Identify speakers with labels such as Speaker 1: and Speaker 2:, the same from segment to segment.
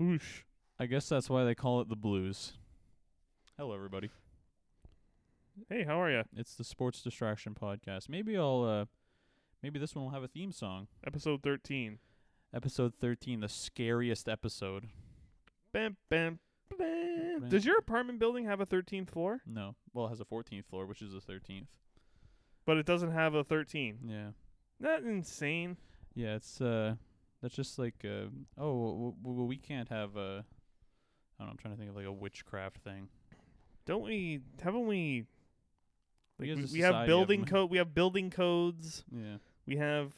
Speaker 1: Boosh. I guess that's why they call it the blues. Hello, everybody.
Speaker 2: Hey, how are you?
Speaker 1: It's the Sports Distraction Podcast. Maybe I'll, uh, maybe this one will have a theme song.
Speaker 2: Episode 13.
Speaker 1: Episode 13, the scariest episode.
Speaker 2: Bam, bam, bam.
Speaker 1: Bam.
Speaker 2: Does your apartment building have a 13th floor?
Speaker 1: No. Well, it has a 14th floor, which is the 13th.
Speaker 2: But it doesn't have a 13.
Speaker 1: Yeah.
Speaker 2: Not insane.
Speaker 1: Yeah, it's, uh, that's just like, uh, oh, w- w- we can't have, uh, I don't know, I'm trying to think of like a witchcraft thing.
Speaker 2: Don't we? Haven't we? Like,
Speaker 1: We
Speaker 2: we,
Speaker 1: as a
Speaker 2: we
Speaker 1: society
Speaker 2: have
Speaker 1: have
Speaker 2: building
Speaker 1: them.
Speaker 2: code. We have building codes.
Speaker 1: Yeah.
Speaker 2: We have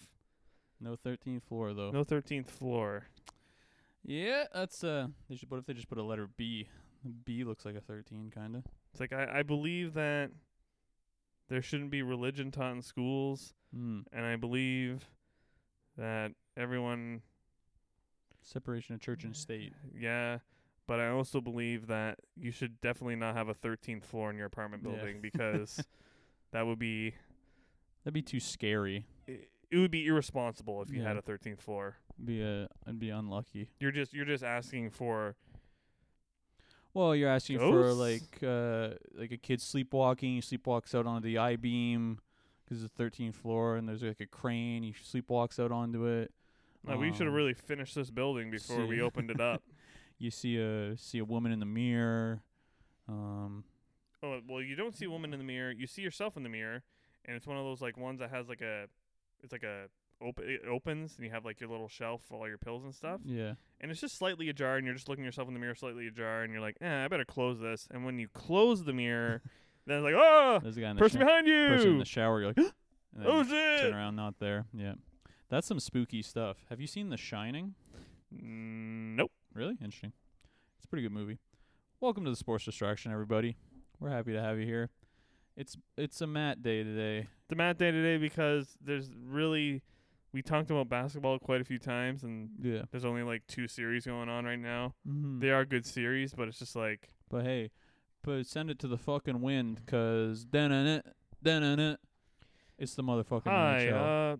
Speaker 1: No 13th floor, though.
Speaker 2: no 13th floor.
Speaker 1: Yeah, that's, uh, they should, what if they just put a letter B? B looks like a 13, kinda.
Speaker 2: It's like I, I believe that there shouldn't be religion taught in schools,
Speaker 1: Hmm.
Speaker 2: and I believe that everyone
Speaker 1: Separation of church and state.
Speaker 2: Yeah, but I also believe that you should definitely not have a 13th floor in your apartment
Speaker 1: Yeah.
Speaker 2: building because that would be
Speaker 1: That'd be too scary.
Speaker 2: it, it would be irresponsible if you had
Speaker 1: Yeah.
Speaker 2: a 13th floor.
Speaker 1: Be uh, I'd be unlucky.
Speaker 2: You're just you're just asking for
Speaker 1: Well, you're asking for
Speaker 2: Ghosts?
Speaker 1: like uh like a kid sleepwalking. He sleepwalks out onto the I beam because it's the 13th floor, and there's like a crane. He sleepwalks out onto it.
Speaker 2: like, we should have
Speaker 1: Um,
Speaker 2: really finished this building before we
Speaker 1: see.
Speaker 2: opened it up.
Speaker 1: You see a see a woman in the mirror. Um,
Speaker 2: oh, well, you don't see a woman in the mirror. You see yourself in the mirror, and it's one of those like ones that has like a it's like a open it opens and you have like your little shelf for all your pills and stuff.
Speaker 1: yeah,
Speaker 2: and it's just slightly ajar and you're just looking yourself in the mirror slightly ajar and you're like eh, i better close this and when you close the mirror then it's like oh
Speaker 1: there's a guy in the
Speaker 2: person
Speaker 1: sho-
Speaker 2: behind
Speaker 1: person in
Speaker 2: you
Speaker 1: the shower. You're like, and then
Speaker 2: oh
Speaker 1: turn
Speaker 2: shit
Speaker 1: around, not there. Yeah, that's some spooky stuff. Have you seen The Shining?
Speaker 2: Mm, nope
Speaker 1: Really interesting. It's a pretty good movie. Welcome to the Sports Distraction, everybody. We're happy to have you here. It's it's a Matt day today.
Speaker 2: the mat day today because there's really we talked about basketball quite a few times and
Speaker 1: Yeah.
Speaker 2: there's only like two series going on right now
Speaker 1: Mm-hmm.
Speaker 2: they are good series but it's just like
Speaker 1: But hey, but send it to the fucking wind, cause then it, then it, it's the motherfucking
Speaker 2: hi
Speaker 1: NHL.
Speaker 2: uh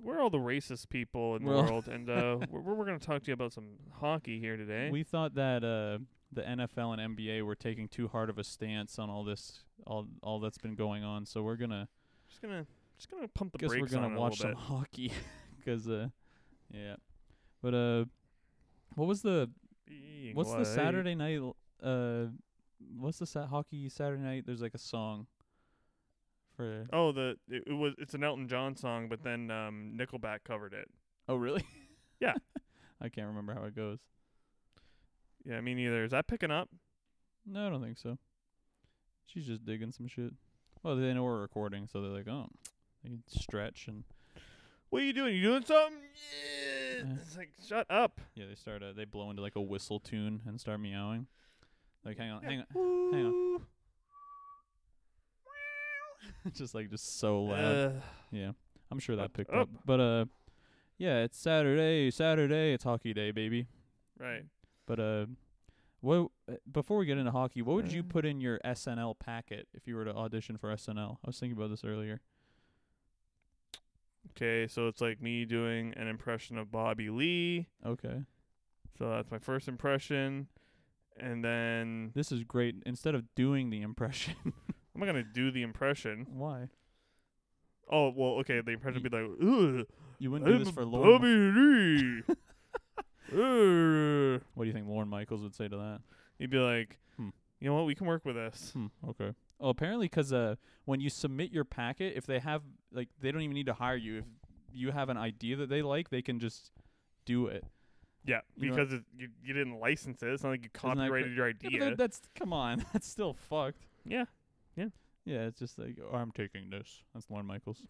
Speaker 2: we're all the racist people in the
Speaker 1: Well-
Speaker 2: world and uh we're, we're going to talk to you about some hockey here today
Speaker 1: We thought that uh, the NFL and NBA were taking too hard of a stance on all this, all all that's been going on. So we're gonna
Speaker 2: just gonna just gonna pump the
Speaker 1: guess we're
Speaker 2: brakes on
Speaker 1: gonna
Speaker 2: it a
Speaker 1: watch
Speaker 2: little
Speaker 1: some
Speaker 2: bit.
Speaker 1: hockey, cause uh, yeah. But uh, what was the
Speaker 2: Being
Speaker 1: What's the
Speaker 2: like-
Speaker 1: Saturday night? l- Uh, what's the sa- hockey Saturday night? There's like a song for.
Speaker 2: Oh, the it, it was it's an Elton John song, but then um, Nickelback covered it.
Speaker 1: Oh, really?
Speaker 2: Yeah.
Speaker 1: I can't remember how it goes.
Speaker 2: Yeah, me neither. Is that picking up?
Speaker 1: No, I don't think so. She's just digging some shit. Well, they know we're recording, so they're like, oh, they can stretch and
Speaker 2: What are you doing? You doing something?
Speaker 1: Uh.
Speaker 2: Yeah. It's like shut up.
Speaker 1: yeah, they start uh, they blow into like a whistle tune and start meowing. Like, hang on,
Speaker 2: Yeah.
Speaker 1: uh, hang
Speaker 2: hang
Speaker 1: on. on, just like just so loud. Yeah, I'm sure that
Speaker 2: Uh. Up,
Speaker 1: picked
Speaker 2: up.
Speaker 1: up. But uh, yeah, it's Saturday. Saturday, it's hockey day, baby.
Speaker 2: right.
Speaker 1: But uh, what uh, before we get into hockey, what would you
Speaker 2: Uh.
Speaker 1: put in your SNL packet if you were to audition for SNL? I was thinking about this earlier.
Speaker 2: Okay, so it's like me doing an impression of Bobby Lee.
Speaker 1: Okay,
Speaker 2: So that's my first impression, and then
Speaker 1: this is great. Instead of doing the impression,
Speaker 2: I'm not gonna do the impression.
Speaker 1: why
Speaker 2: Oh well, okay. The impression would be like, Ugh,
Speaker 1: you wouldn't do
Speaker 2: I'm
Speaker 1: this for Lauren?
Speaker 2: Bobby Lee. Ugh.
Speaker 1: what do you think Lauren Michaels would say to that?
Speaker 2: He'd be like,
Speaker 1: Hmm.
Speaker 2: you know what? We can work with this.
Speaker 1: Hmm. Okay. Oh, apparently 'cause uh, when you submit your packet, if they have like, they don't even need to hire you. If you have an idea that they like, they can just do it.
Speaker 2: Yeah,
Speaker 1: You know-
Speaker 2: because it, you you didn't license it. It's not like you
Speaker 1: that cra-
Speaker 2: copyrighted your
Speaker 1: Yeah,
Speaker 2: idea.
Speaker 1: but that- that's come on. That's still fucked.
Speaker 2: Yeah.
Speaker 1: Yeah, it's just like oh, I'm taking this. That's Lauren Michaels.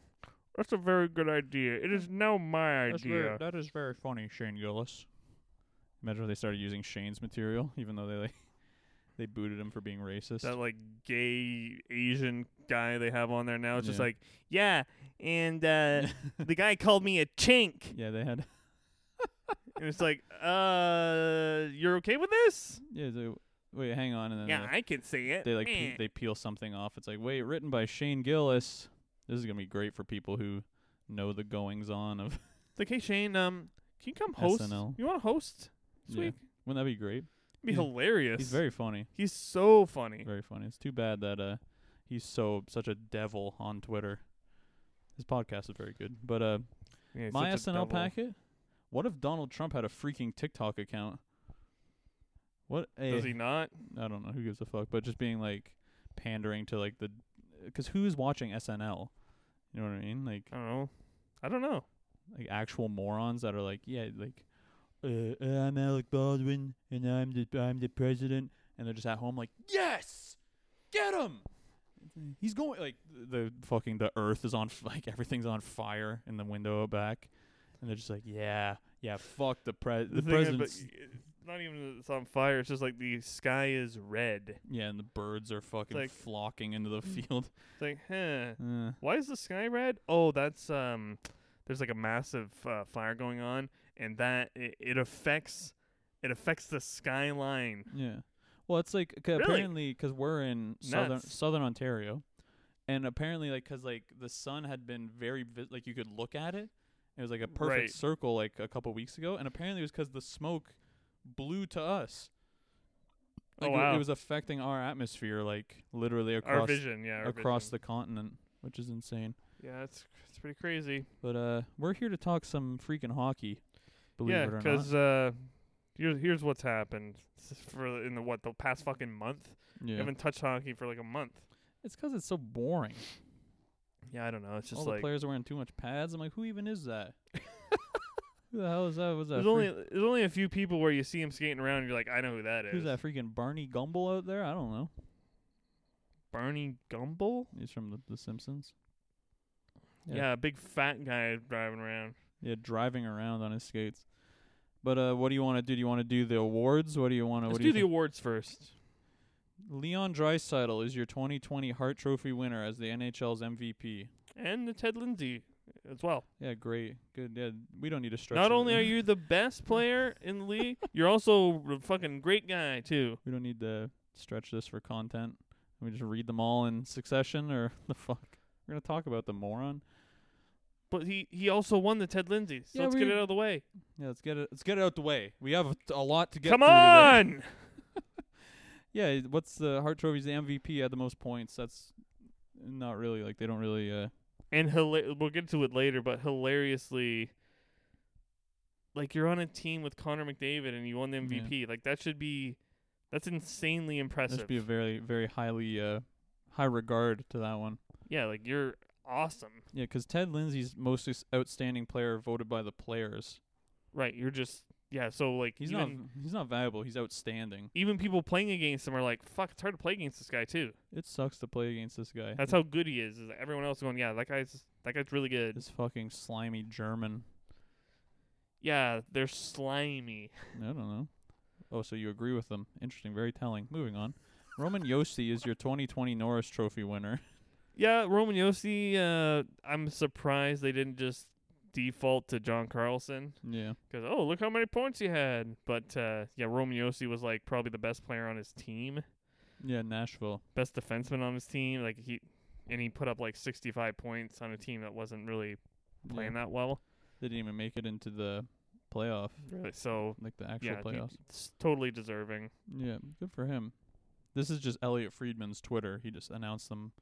Speaker 2: that's a very good idea. It is now my
Speaker 1: That's very,
Speaker 2: idea.
Speaker 1: that is very funny, Shane Gillis. Imagine if they started using Shane's material, even though they like they booted him for being racist.
Speaker 2: That like gay Asian guy they have on there now. It's just
Speaker 1: Yeah.
Speaker 2: like, yeah, and uh, the guy called me a chink,
Speaker 1: yeah, they had.
Speaker 2: and it's like, uh, you're okay with this?
Speaker 1: Yeah, they, wait, hang on, and then
Speaker 2: yeah,
Speaker 1: like,
Speaker 2: I can say it.
Speaker 1: Uh-huh. they like
Speaker 2: Eh.
Speaker 1: pe- they peel something off. It's like wait, written by Shane Gillis. This is gonna be great for people who know the goings on of
Speaker 2: It's like, hey Shane, um, can you come host?
Speaker 1: SNL.
Speaker 2: You want to host this
Speaker 1: Yeah.
Speaker 2: week?
Speaker 1: Wouldn't that be great?
Speaker 2: be
Speaker 1: He's-
Speaker 2: hilarious.
Speaker 1: He's very funny.
Speaker 2: He's so funny.
Speaker 1: Very funny. It's too bad that uh he's so such a devil on Twitter. His podcast is very good. But uh
Speaker 2: Yeah, he's
Speaker 1: my
Speaker 2: such a
Speaker 1: SNL
Speaker 2: devil.
Speaker 1: packet? What if Donald Trump had a freaking TikTok account? What a
Speaker 2: Does he not?
Speaker 1: I don't know who gives a fuck, but just being like pandering to like the because who's watching SNL? You know what I mean? Like
Speaker 2: I don't know. I don't know.
Speaker 1: like actual morons that are like, yeah, like uh, I'm Alec Baldwin and I'm the I'm the president, and they're just at home like, yes, get him. He's going like the the fucking the earth is on f- like everything's on fire in the window back, and they're just like, yeah, yeah, fuck the pres the,
Speaker 2: thing is, but
Speaker 1: president's
Speaker 2: y- it's not even that it's on fire. It's just like the sky is red.
Speaker 1: yeah, and the birds are fucking
Speaker 2: like- Mm.
Speaker 1: flocking into the field.
Speaker 2: It's like, huh?
Speaker 1: Uh,
Speaker 2: Why is the sky red? Oh, that's um. There's like a massive uh, fire going on, and that it, it affects it affects the skyline.
Speaker 1: Yeah. Well, it's like 'cause
Speaker 2: Really?
Speaker 1: apparently because we're in southern
Speaker 2: Nuts.
Speaker 1: southern Ontario, and apparently like because like the sun had been very vi- like you could look at it. It was like a perfect
Speaker 2: Right.
Speaker 1: circle like a couple weeks ago, and apparently it was because the smoke blew to us.
Speaker 2: Oh,
Speaker 1: Like it- it,
Speaker 2: wow.
Speaker 1: was affecting our atmosphere like literally
Speaker 2: our
Speaker 1: across
Speaker 2: vision, yeah, our
Speaker 1: across
Speaker 2: vision.
Speaker 1: the continent, which is insane.
Speaker 2: yeah, it's it's pretty crazy.
Speaker 1: But uh, we're here to talk some freaking hockey. Believe
Speaker 2: Yeah,
Speaker 1: it or not.
Speaker 2: because uh, here's here's what's happened s- for in the what the past fucking month. We
Speaker 1: Yeah.
Speaker 2: haven't touched hockey for like a month.
Speaker 1: It's because it's so boring.
Speaker 2: Yeah, I don't know. It's just
Speaker 1: all
Speaker 2: like
Speaker 1: the players are wearing too much pads. I'm like, who even is that? who the hell is that? Was that?
Speaker 2: there's
Speaker 1: freak-
Speaker 2: only there's only a few people where you see him skating around. and You're like, I know who that is.
Speaker 1: who's that freaking Barney Gumble out there? I don't know.
Speaker 2: Barney Gumble?
Speaker 1: He's from The, the Simpsons. Yeah.
Speaker 2: Yeah. a big fat guy driving around.
Speaker 1: Yeah, driving around on his skates. But uh, what do you want to do? Do you want to do the awards? What do you want to?
Speaker 2: Let's
Speaker 1: What
Speaker 2: do,
Speaker 1: do you
Speaker 2: the
Speaker 1: think?
Speaker 2: awards first.
Speaker 1: Leon Draisaitl is your 2020 Hart Trophy winner as the NHL's MVP.
Speaker 2: And the Ted Lindsay as well.
Speaker 1: Yeah, great, good. Yeah, we don't need to stretch.
Speaker 2: Not
Speaker 1: it.
Speaker 2: only are you the best player in the league, you're also a fucking great guy too.
Speaker 1: we don't need to stretch this for content. Can we just read them all in succession, or the fuck? We're gonna talk about the moron.
Speaker 2: But he he also won the Ted Lindsay. So
Speaker 1: Yeah,
Speaker 2: let's get
Speaker 1: we-
Speaker 2: it out of the way.
Speaker 1: Yeah, let's get it. Let's get it out the way. We have a, a lot to get.
Speaker 2: Come
Speaker 1: through today.
Speaker 2: on.
Speaker 1: Yeah, what's the Hart Trophy's the MVP had the most points. That's not really like they don't really. uh
Speaker 2: And hila- we'll get to it later, but hilariously like you're on a team with Connor McDavid and you won the
Speaker 1: Yeah.
Speaker 2: MVP. Like that should be that's insanely
Speaker 1: That
Speaker 2: impressive.
Speaker 1: should be a very very highly uh high regard to that one.
Speaker 2: yeah, like you're awesome.
Speaker 1: Yeah, 'cause Ted Lindsay's most ex- outstanding player voted by the players.
Speaker 2: Right. You're just yeah, so like
Speaker 1: He's
Speaker 2: even,
Speaker 1: not he's not valuable. He's outstanding.
Speaker 2: even people playing against him are like, fuck, it's hard to play against this guy too.
Speaker 1: It sucks to play against this guy.
Speaker 2: That's how good he is. Is everyone else going, Yeah, that guy's that guy's really good.
Speaker 1: this fucking slimy German.
Speaker 2: Yeah, they're slimy.
Speaker 1: I don't know. Oh, so you agree with them? Interesting. Very telling. Moving on. Roman Yossi is your 2020 Norris Trophy winner.
Speaker 2: Yeah, Roman Yossi, uh I'm surprised they didn't just default to John Carlson
Speaker 1: Yeah.
Speaker 2: because oh look how many points he had but uh yeah Roman Yossi was like probably the best player on his team
Speaker 1: Yeah, Nashville.
Speaker 2: best defenseman on his team like he and he put up like 65 points on a team that wasn't really
Speaker 1: Yeah.
Speaker 2: playing that well
Speaker 1: They didn't even make it into the playoff,
Speaker 2: really so
Speaker 1: like the actual
Speaker 2: yeah he-
Speaker 1: playoffs.
Speaker 2: it's totally deserving
Speaker 1: Yeah, good for him. This is just Elliot Friedman's Twitter. He just announced them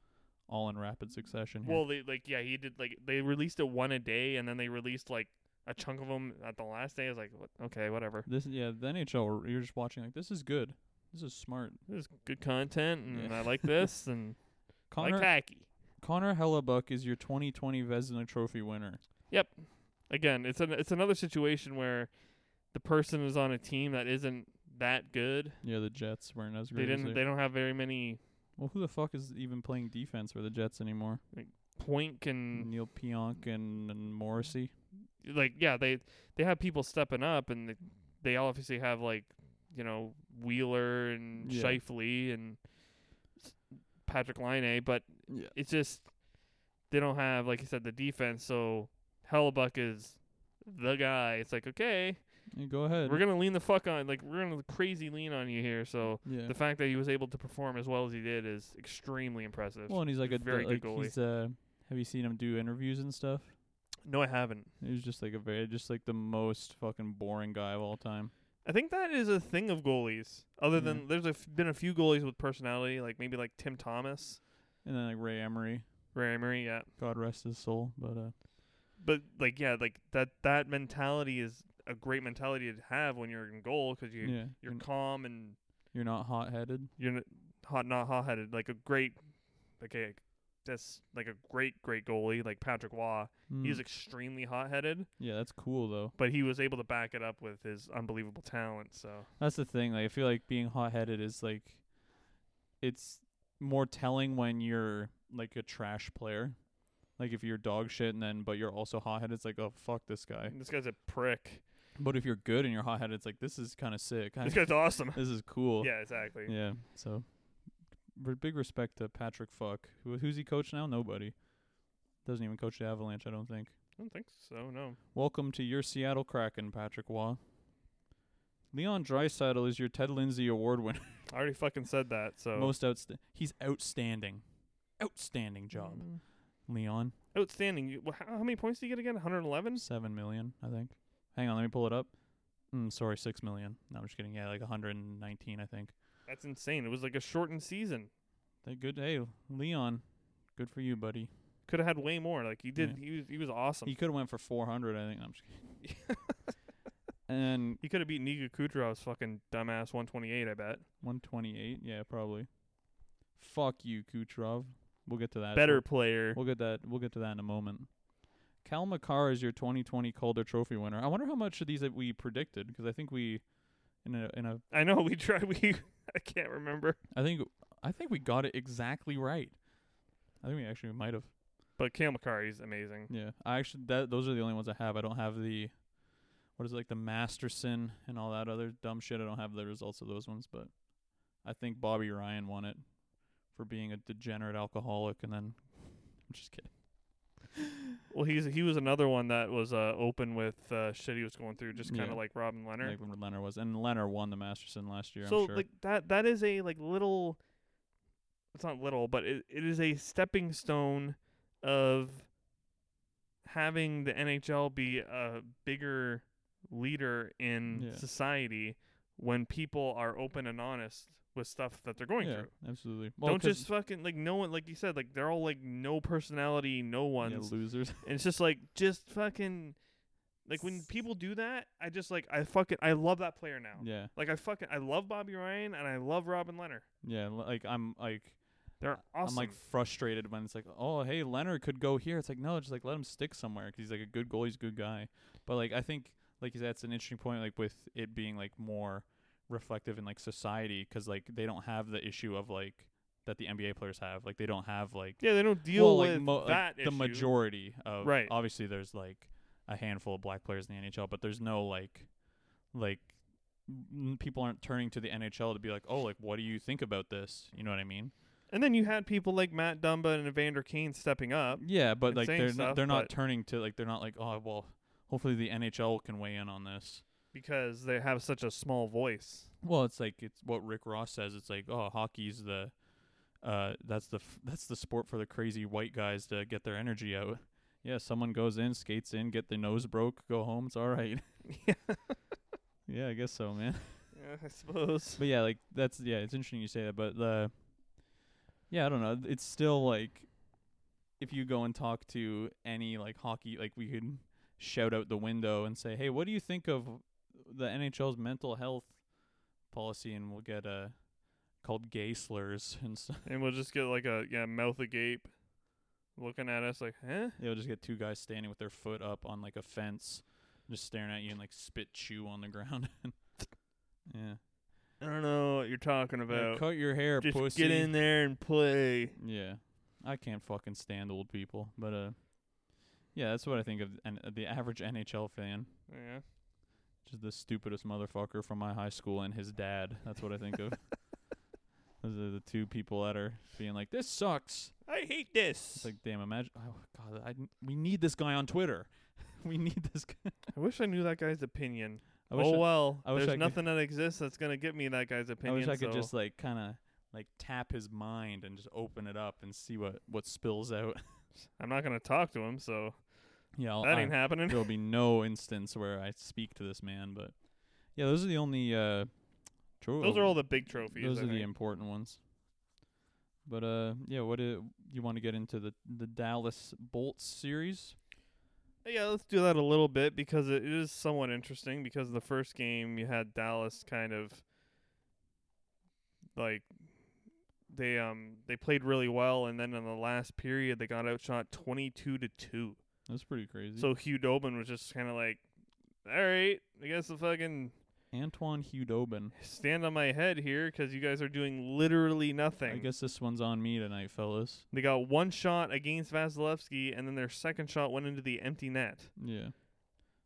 Speaker 1: all in rapid succession. Here.
Speaker 2: Well, they like yeah, he did like they released it one a day, and then they released like a chunk of them at the last day. I was like, what? okay, whatever.
Speaker 1: this yeah, the NHL. You're just watching like this is good. This is smart.
Speaker 2: This is good content, and
Speaker 1: Yeah.
Speaker 2: I like this, and I
Speaker 1: Connor
Speaker 2: like hockey.
Speaker 1: Connor Hellebuck is your 2020 Vezina Trophy winner.
Speaker 2: Again, it's an it's another situation where the person is on a team that isn't that good.
Speaker 1: Yeah, the Jets weren't as
Speaker 2: They
Speaker 1: great.
Speaker 2: didn't
Speaker 1: As
Speaker 2: they don't have very many
Speaker 1: well, who the fuck is even playing defense for the Jets anymore?
Speaker 2: point and
Speaker 1: Neil Pionk and, and Morrissey. Mm.
Speaker 2: like yeah they they have people stepping up, and they, they obviously have like you know Wheeler and
Speaker 1: Yeah.
Speaker 2: Shifley and s- Patrick Line, but
Speaker 1: Yeah.
Speaker 2: it's just they don't have like you said the defense. So Hellebuck is the guy. It's like okay,
Speaker 1: go ahead.
Speaker 2: we're gonna lean the fuck on like we're gonna crazy lean on you here. So
Speaker 1: yeah.
Speaker 2: the fact that he was able to perform as well as he did is extremely impressive.
Speaker 1: Well, and he's like a
Speaker 2: very
Speaker 1: like
Speaker 2: good goalie.
Speaker 1: he's uh. Have you seen him do interviews and stuff?
Speaker 2: no, I haven't.
Speaker 1: He was just like a very, just like the most fucking boring guy of all time.
Speaker 2: I think that is a thing of goalies. Other
Speaker 1: Yeah.
Speaker 2: than there's a f- been a few goalies with personality, like maybe like Tim Thomas,
Speaker 1: and then like Ray Emery,
Speaker 2: Ray Emery, yeah.
Speaker 1: God rest his soul. But uh,
Speaker 2: But like yeah, like that that mentality is a great mentality to have when you're in goal because you
Speaker 1: yeah,
Speaker 2: you're
Speaker 1: n-
Speaker 2: calm and
Speaker 1: you're not hot headed.
Speaker 2: you're n- hot not hot headed. Like a great, like a that's like a great great goalie like Patrick Waugh. He was extremely hot headed,
Speaker 1: Hmm. yeah, that's cool though.
Speaker 2: but he was able to back it up with his unbelievable talent. So
Speaker 1: That's the thing. Like I feel like being hot headed is like, it's more telling when you're like a trash player. Like if you're dog shit and then but you're also hot headed, it's like oh fuck this guy.
Speaker 2: this guy's a prick.
Speaker 1: But if you're good and you're hot headed, it's like this is kind of sick.
Speaker 2: This
Speaker 1: Kinda,
Speaker 2: guy's awesome.
Speaker 1: this is cool.
Speaker 2: Yeah, exactly.
Speaker 1: Yeah. So, r- big respect to Patrick Fuck. Who, who's he coach now? Nobody. Doesn't even coach the Avalanche, I don't think.
Speaker 2: I don't think so. No.
Speaker 1: Welcome to your Seattle Kraken, Patrick Waugh. Leon Dreisaitl is your Ted Lindsay Award winner.
Speaker 2: I already fucking said that. So
Speaker 1: Most outsta- He's outstanding. Outstanding job.
Speaker 2: Mm.
Speaker 1: Leon,
Speaker 2: Outstanding. You, wh- how, how many points do you get again? 111.
Speaker 1: seven million, I think. Hang on, let me pull it up. Mm, sorry, six million. No, I'm just kidding. Yeah, like 119, I think.
Speaker 2: That's insane. It was like a shortened season.
Speaker 1: That good. Hey, Leon, good for you, buddy.
Speaker 2: Could have had way more. Like he did.
Speaker 1: Yeah.
Speaker 2: He was. He was awesome.
Speaker 1: He
Speaker 2: He,
Speaker 1: could have went for 400, I think. No, I'm just kidding. and
Speaker 2: could have beat Niga Kudrow's fucking dumbass 128. I bet.
Speaker 1: 128, yeah, probably. Fuck you, Kucherov. We'll get to that. as
Speaker 2: Better
Speaker 1: well.
Speaker 2: player.
Speaker 1: We'll get that. We'll get to that in a moment. Cal McCarr is your 2020 Calder Trophy winner. I wonder how much of these that we predicted because I think we, in a in a,
Speaker 2: I know. We tried. We. I can't remember.
Speaker 1: I think I think we got it exactly right. I think we actually might have.
Speaker 2: But Kale McCarry's amazing.
Speaker 1: Yeah, I actually that those are the only ones I have. I don't have the what is it like the Masterson and all that other dumb shit. I don't have the results of those ones, but I think Bobby Ryan won it for being a degenerate alcoholic, and then I'm just kidding.
Speaker 2: Well, he's he was another one that was uh, open with uh, shit he was going through, just kind of
Speaker 1: Yeah.
Speaker 2: like Robin Leonard.
Speaker 1: Like when Leonard was, and Leonard won the Masterson last year.
Speaker 2: so
Speaker 1: I'm sure.
Speaker 2: like that that is a like little it's not little but it, it is a stepping stone of having the nhl be a bigger leader in
Speaker 1: Yeah.
Speaker 2: society when people are open and honest with stuff that they're going
Speaker 1: yeah,
Speaker 2: through
Speaker 1: absolutely. Well,
Speaker 2: don't
Speaker 1: 'cause-
Speaker 2: just fucking like no one like you said like they're all like no personality no
Speaker 1: yeah,
Speaker 2: ones
Speaker 1: losers.
Speaker 2: and it's just like just fucking like when people do that i just like i fucking i love that player now
Speaker 1: yeah,
Speaker 2: like I fucking I love Bobby Ryan and I love Robin Leonard.
Speaker 1: yeah. li- Like I'm like
Speaker 2: They're awesome.
Speaker 1: I'm like frustrated when it's like, oh, hey, Leonard could go here. It's like, no, just like let him stick somewhere 'cause he's like a good goalie, he's a good guy. But like, I think like that's an interesting point, like with it being like more reflective in like society 'cause like they don't have the issue of like that the NBA players have. Like they don't have like
Speaker 2: yeah, they don't deal
Speaker 1: well,
Speaker 2: with
Speaker 1: like, mo- like,
Speaker 2: that
Speaker 1: the majority of
Speaker 2: Right.
Speaker 1: Obviously, there's like a handful of black players in the NHL, but there's no like like n- people aren't turning to the NHL to be like, oh, like what do you think about this? You know what I mean?
Speaker 2: And then you had people like Matt Dumba and Evander Kane stepping up.
Speaker 1: Yeah, but
Speaker 2: and
Speaker 1: like
Speaker 2: saying
Speaker 1: they're
Speaker 2: stuff,
Speaker 1: not, they're not
Speaker 2: but-
Speaker 1: turning to like they're not like oh well hopefully the NHL can weigh in on this.
Speaker 2: Because they have such a small voice.
Speaker 1: Well, it's like it's what Rick Ross says. It's like oh hockey's the uh that's the f- that's the sport for the crazy white guys to get their energy out. Yeah, someone goes in, skates in, get their nose broke, go home. It's all right.
Speaker 2: yeah,
Speaker 1: yeah, I guess so, man.
Speaker 2: I suppose.
Speaker 1: But yeah, like that's yeah, it's interesting you say that. But the yeah, I don't know. It's still like if you go and talk to any like hockey, like we could shout out the window and say, "Hey, what do you think of the NHL's mental health policy?" And we'll get uh, called gay slurs and stuff.
Speaker 2: And we'll just get like a yeah, mouth agape looking at us like, huh?
Speaker 1: They'll just get two guys standing with their foot up on like a fence, just staring at you and like spit chew on the ground. yeah,
Speaker 2: I don't know what you're talking
Speaker 1: Hey,
Speaker 2: about.
Speaker 1: cut your hair,
Speaker 2: just
Speaker 1: pussy.
Speaker 2: get in there and play.
Speaker 1: Yeah, I can't fucking stand old people, but uh, yeah, that's what I think of and uh, the average NHL fan,
Speaker 2: Yeah.
Speaker 1: just the stupidest motherfucker from my high school and his dad. That's what I think of. Those are the two people that are being like, "This sucks."
Speaker 2: I hate this.
Speaker 1: It's like, damn, imagine. Oh God, I, didn't- we need this guy on Twitter. we need this guy.
Speaker 2: I wish I knew that guy's opinion.
Speaker 1: I wish
Speaker 2: oh
Speaker 1: I-
Speaker 2: well,
Speaker 1: I wish
Speaker 2: there's
Speaker 1: I could-
Speaker 2: nothing that exists that's gonna get me that guy's
Speaker 1: I,
Speaker 2: opinion.
Speaker 1: wish I could
Speaker 2: so-
Speaker 1: just like kind of like tap his mind and just open it up and see what what spills out.
Speaker 2: I'm not gonna talk to him, so
Speaker 1: yeah, I'll,
Speaker 2: that
Speaker 1: I-
Speaker 2: ain't happening.
Speaker 1: there'll be no instance where I speak to this man. But Yeah, those are the only uh tro-
Speaker 2: Those are all the big trophies.
Speaker 1: those
Speaker 2: I
Speaker 1: are the
Speaker 2: think.
Speaker 1: important ones. But uh yeah, what do you want to get into the the Dallas Bolts series?
Speaker 2: Yeah, let's do that a little bit because it is somewhat interesting. Because the first game you had Dallas kind of like they um they played really well, and then in the last period they got outshot twenty two to two.
Speaker 1: That's pretty crazy.
Speaker 2: So Hugh Dobin was just kind of like, "All right, I guess I'll fucking
Speaker 1: Antoine Hudobin.
Speaker 2: stand on my head here because you guys are doing literally nothing."
Speaker 1: I guess this one's on me tonight, fellas.
Speaker 2: they got one shot against Vasilevsky, and then their second shot went into the empty net.
Speaker 1: Yeah.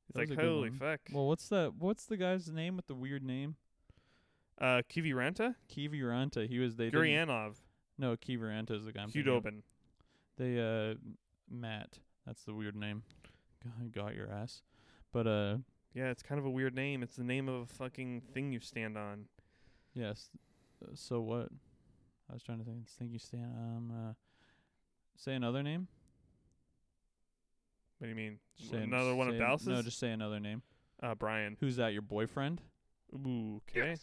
Speaker 2: It's
Speaker 1: That was
Speaker 2: like
Speaker 1: a good
Speaker 2: holy
Speaker 1: one.
Speaker 2: fuck.
Speaker 1: Well, what's that? What's the guy's name with the weird name?
Speaker 2: uh, Kiviranta,
Speaker 1: Kiviranta. He was they. didn't-
Speaker 2: Gurianov,
Speaker 1: No, Kiviranta is the guy. I'm thinking of.
Speaker 2: Hudobin.
Speaker 1: They uh, Matt. That's the weird name. God, got your ass. But uh,
Speaker 2: Yeah, it's kind of a weird name. It's the name of a fucking thing you stand on.
Speaker 1: yes. Uh, so what? I was trying to think. Think you stand? Um, uh, say another name.
Speaker 2: What do you mean?
Speaker 1: Just say an-
Speaker 2: Another one of
Speaker 1: say an-
Speaker 2: Dallas's?
Speaker 1: No, just say another name.
Speaker 2: uh, Brian.
Speaker 1: Who's that? Your boyfriend?
Speaker 2: Ooh, okay.